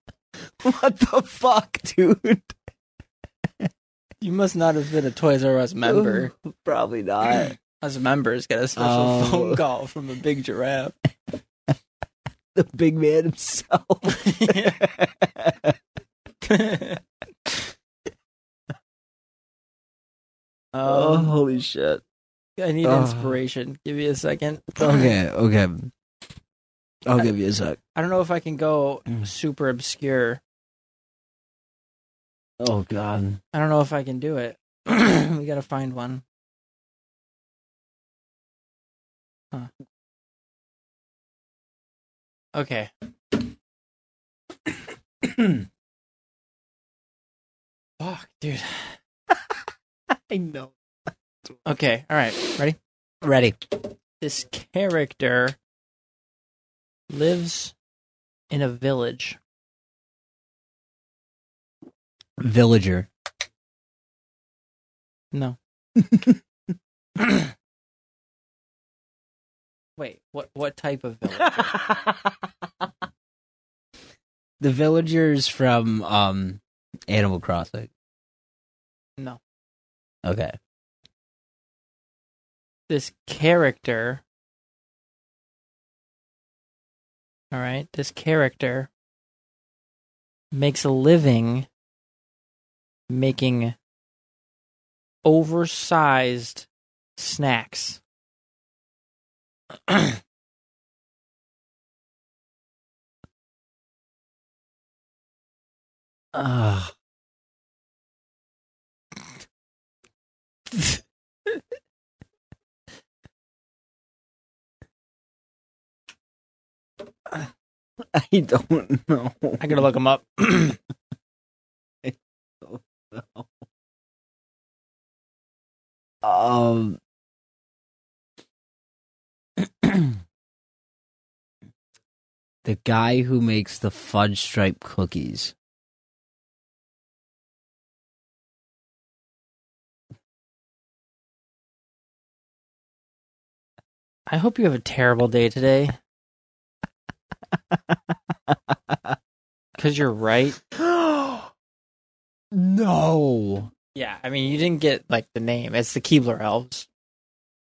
B: the fuck, dude?
A: You must not have been a Toys R Us member.
B: Probably not.
A: Us members get a special
B: Oh.
A: phone call from a big giraffe.
B: The big man himself. oh,
A: um,
B: holy shit.
A: I need
B: Oh.
A: inspiration. Give me a second.
B: Okay, okay. I'll give you a sec.
A: I don't know if I can go super obscure.
B: Oh, God.
A: I don't know if I can do it. we gotta find one. Huh. Okay. Fuck, dude.
B: I know.
A: Okay, all right, ready?
C: Ready.
A: This character lives in a village.
C: Villager.
A: No. Wait, what? What type of village?
C: The villagers from um Animal Crossing.
A: No.
C: Okay.
A: this character all right this character makes a living making oversized snacks
C: Ah.
B: I don't know.
A: i gotta look them up
B: Um.
C: the guy who makes the fudge stripe cookies.
A: i hope you have a terrible day today because you're right
C: no.
A: yeah i mean you didn't get like the name it's the keebler elves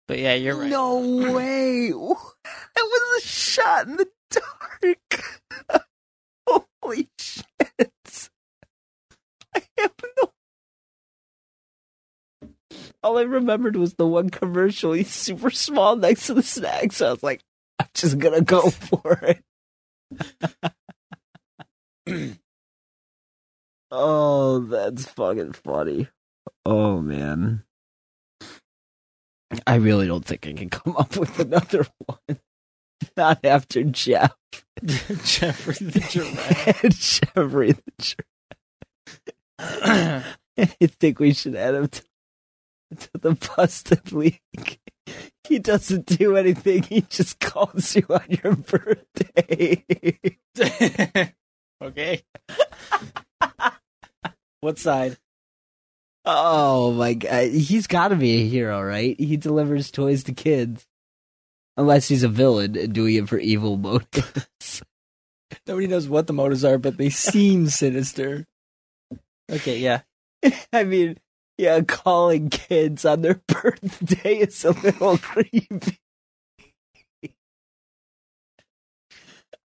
A: but yeah you're right
B: No way. That was a shot in the dark. Holy shit. I have no. All I remembered was the one commercial. He's super small next to the snack. So I was like, I'm just going to go for it. oh, that's fucking funny. Oh, man. I really don't think I can come up with another one. Not after Jeff.
A: jeffrey the giraffe
B: Jeffrey the giraffe. I think we should add him to, to the busted league. He doesn't do anything. He just calls you on your birthday.
A: okay. what side?
B: Oh my god, he's got to be a hero, right? He delivers toys to kids, unless he's a villain and doing it for evil motives.
A: Nobody knows what the motives are, but they seem sinister. Okay, yeah.
B: I mean, yeah, calling kids on their birthday is a little creepy.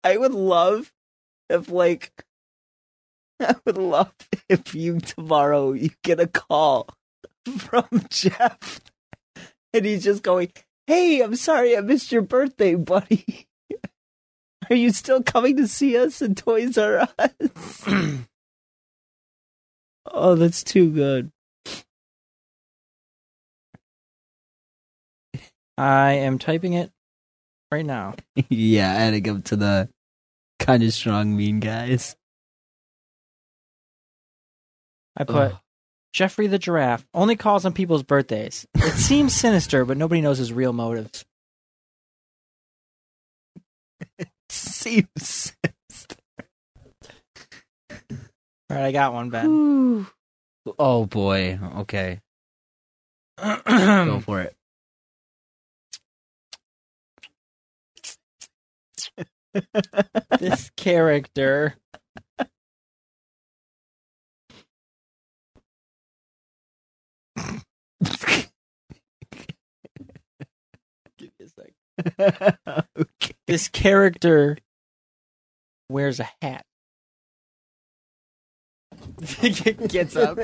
D: I would love if like I would love if you tomorrow you get a call from Jeff and he's just going, Hey, I'm sorry I missed your birthday, buddy. Are you still coming to see us at Toys R Us? oh, that's too good.
A: I am typing it right now.
B: yeah, adding up to the kind of strong mean guys.
A: I put
B: Ugh.
A: Jeffrey the giraffe only calls on people's birthdays. It seems sinister, but nobody knows his real motives.
D: Seems.
A: All right, I got one, Ben.
D: Ooh.
B: Oh boy. Okay.
D: Hmm.
B: Go for it.
A: this character Give me a sec.
D: okay.
A: This character wears a hat.
E: Gets up.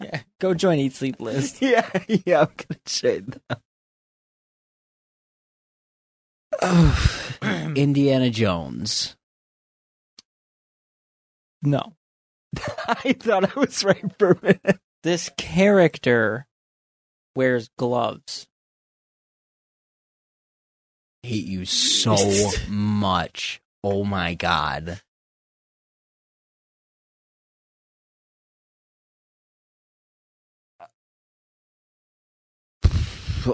A: Yeah. Go join Eat Sleep List.
D: Yeah, yeah, I'm gonna shade that. Oh,
B: Indiana Jones.
A: No.
D: I thought I was right for a minute.
A: This character wears gloves.
B: Hate you so much. Oh my god.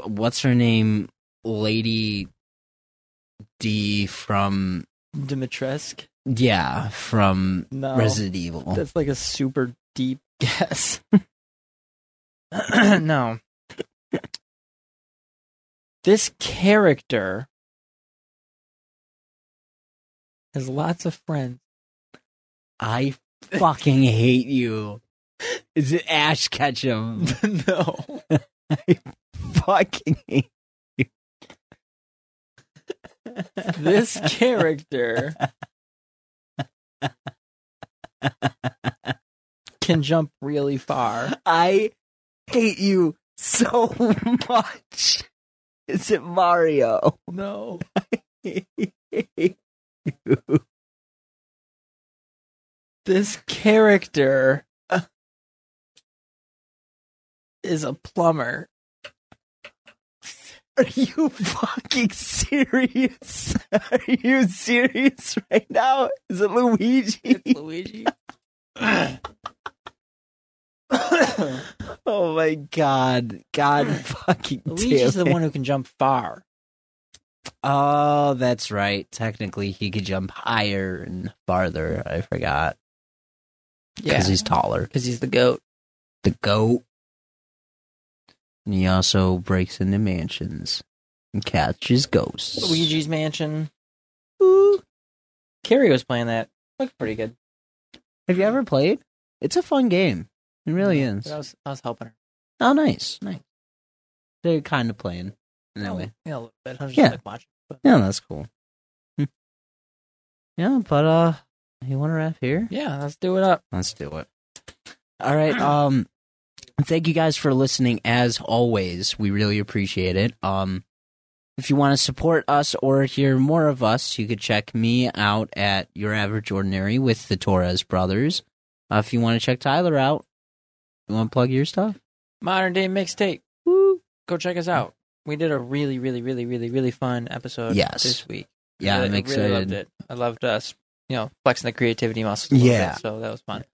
B: What's her name? Lady D from
A: Dimitrescu?
B: yeah, from
A: No.
B: Resident Evil.
A: That's like a super deep guess. no. this character has lots of friends.
B: I fucking hate you. Is it Ash Ketchum?
A: no.
D: Fucking hate.
A: This character can jump really far.
D: I hate you so much. Is it Mario?
A: No. This character is a plumber.
D: Are you fucking serious? Are you serious right now? Is it Luigi?
A: It's Luigi.
D: oh my god. God fucking
A: Luigi's
D: damn
A: the
D: it.
A: one who can jump far.
B: Oh, that's right. Technically, he could jump higher and farther. I forgot. Because he's taller.
A: because he's the goat.
B: The goat. And he also breaks into mansions and catches ghosts.
A: Luigi's Mansion. Carrie was playing that. Looked pretty good.
B: Have you ever played? It's a fun game. It really
A: Yeah,
B: is.
A: I was, I was helping her.
B: Oh, nice. Nice. They're kind of playing. Anyway.
A: Yeah, a little bit. I was just
B: Yeah.
A: like watching. But
B: Yeah, that's cool. Hmm. Yeah, but uh you wanna wrap here?
A: yeah, let's do it up.
B: Let's do it. All right. Um thank you guys for listening as always. We really appreciate it. Um if you want to support us or hear more of us, you could check me out at Your Average Ordinary with the Torres brothers. Uh, if you want to check Tyler out, you want to plug your stuff?
A: Modern day mixtape. Woo! Go check us out. We did a really, really, really, really, really fun episode
B: Yes.
A: this week.
B: Yeah,
A: really,
B: I'm excited.
A: Really loved it. I loved us, you know, flexing the creativity muscles. a little
B: Yeah.
A: bit, so that was fun.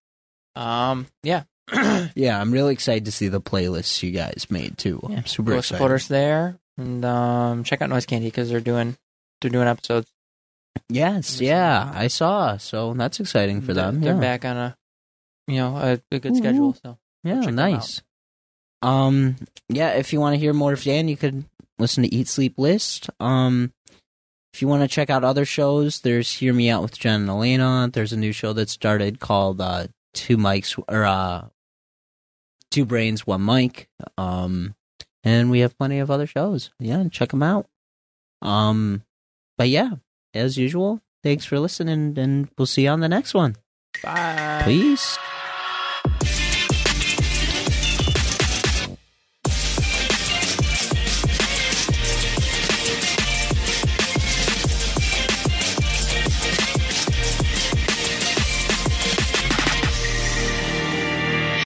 A: Um, yeah. Go
B: Yeah, I'm really excited to see the playlists you guys made too.
A: Yeah.
B: I'm super excited.
A: support us there, and um, check out Noise Candy because they're doing they're doing episodes.
B: Yes,
A: Listen.
B: yeah, I saw. So that's exciting for
A: They're-
B: them.
A: They're
B: yeah.
A: back on a, you know, a, a good
B: Mhm.
A: schedule. So
B: Yeah,
A: check them out.
B: nice. Um, yeah, if you want to hear more of Dan, you could listen to Eat Sleep List. Um, if you want to check out other shows, there's Hear Me Out with Jen and Elena. There's a new show that started called uh, Two Mics or uh, Two Brains One Mic. Um, and we have plenty of other shows. Yeah, check them out. Um, but yeah, as usual, thanks for listening, and we'll see you on the next one.
A: Bye.
B: Peace.